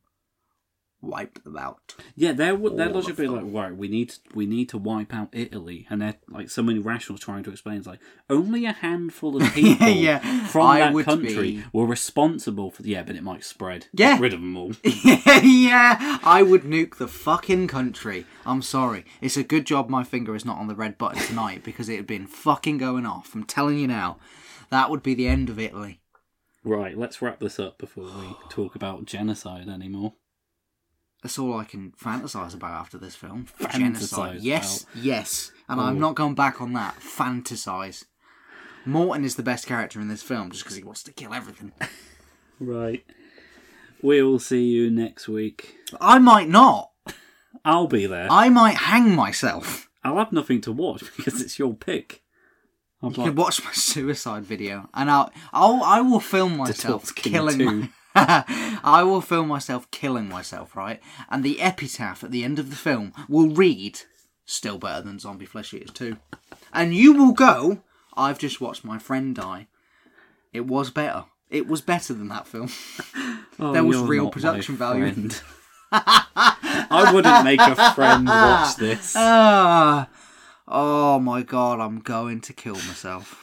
B: wiped them out.
A: Yeah, their their
B: All
A: logic
B: Oh, of
A: would be like,
B: them.
A: right, we need to, we need to wipe out Italy, and they're like someone rational trying to explain it's like only a handful of people
B: Yeah,
A: from
B: I
A: that
B: would
A: country
B: be-
A: were responsible for. Yeah, but it might spread.
B: Yeah.
A: Get rid of them all.
B: yeah, I would nuke the fucking country. I'm sorry. It's a good job my finger is not on the red button tonight because it had been fucking going off. I'm telling you now, that would be the end of Italy.
A: Right, let's wrap this up before we talk about genocide anymore.
B: That's all I can fantasize about after this film.
A: Fantasise
B: Genocide. Yes, yes. And I'm
A: Oh.
B: not going back on that. Fantasize. Morton is the best character in this film just because he wants to kill everything.
A: Right. We will see you next week.
B: I might not.
A: I'll be there.
B: I might hang myself.
A: I'll have nothing to watch because it's your pick. I'll
B: You could watch my suicide video, and I'll, I'll I will film myself
A: King
B: killing.
A: two.
B: My, I will film myself killing myself, right? And the epitaph at the end of the film will read, "Still better than Zombie Flesh Eaters 2. and you will go. I've just watched my friend die. It was better. It was better than that film.
A: Oh,
B: There was
A: you're
B: real
A: not my
B: production value.
A: friend. I wouldn't make a friend watch this.
B: Ah, oh my god, I'm going to kill myself.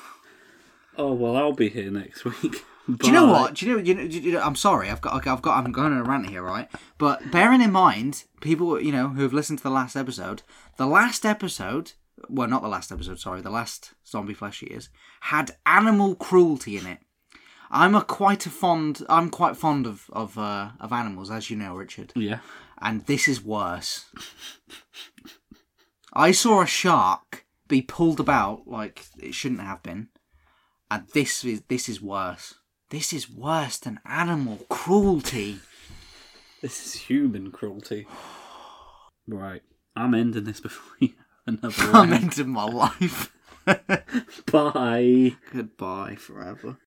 A: Oh well, I'll be here next week.
B: Do you know
A: Bye.
B: what? Do you know, you know? You know? I'm sorry. I've got. I've got. I'm going on a rant here, right? But bearing in mind, people, you know, who have listened to the last episode, the last episode, well, not the last episode. Sorry, the last zombie flesh years had animal cruelty in it. I'm a quite a fond. I'm quite fond of of uh, of animals, as you know, Richard.
A: Yeah.
B: And this is worse. I saw a shark be pulled about like it shouldn't have been, and this is this is worse. This is worse than animal cruelty.
A: This is human cruelty. Right. I'm ending this before you have another
B: I'm
A: one.
B: ending my life.
A: Bye.
C: Goodbye forever.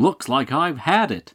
A: Looks like I've had it.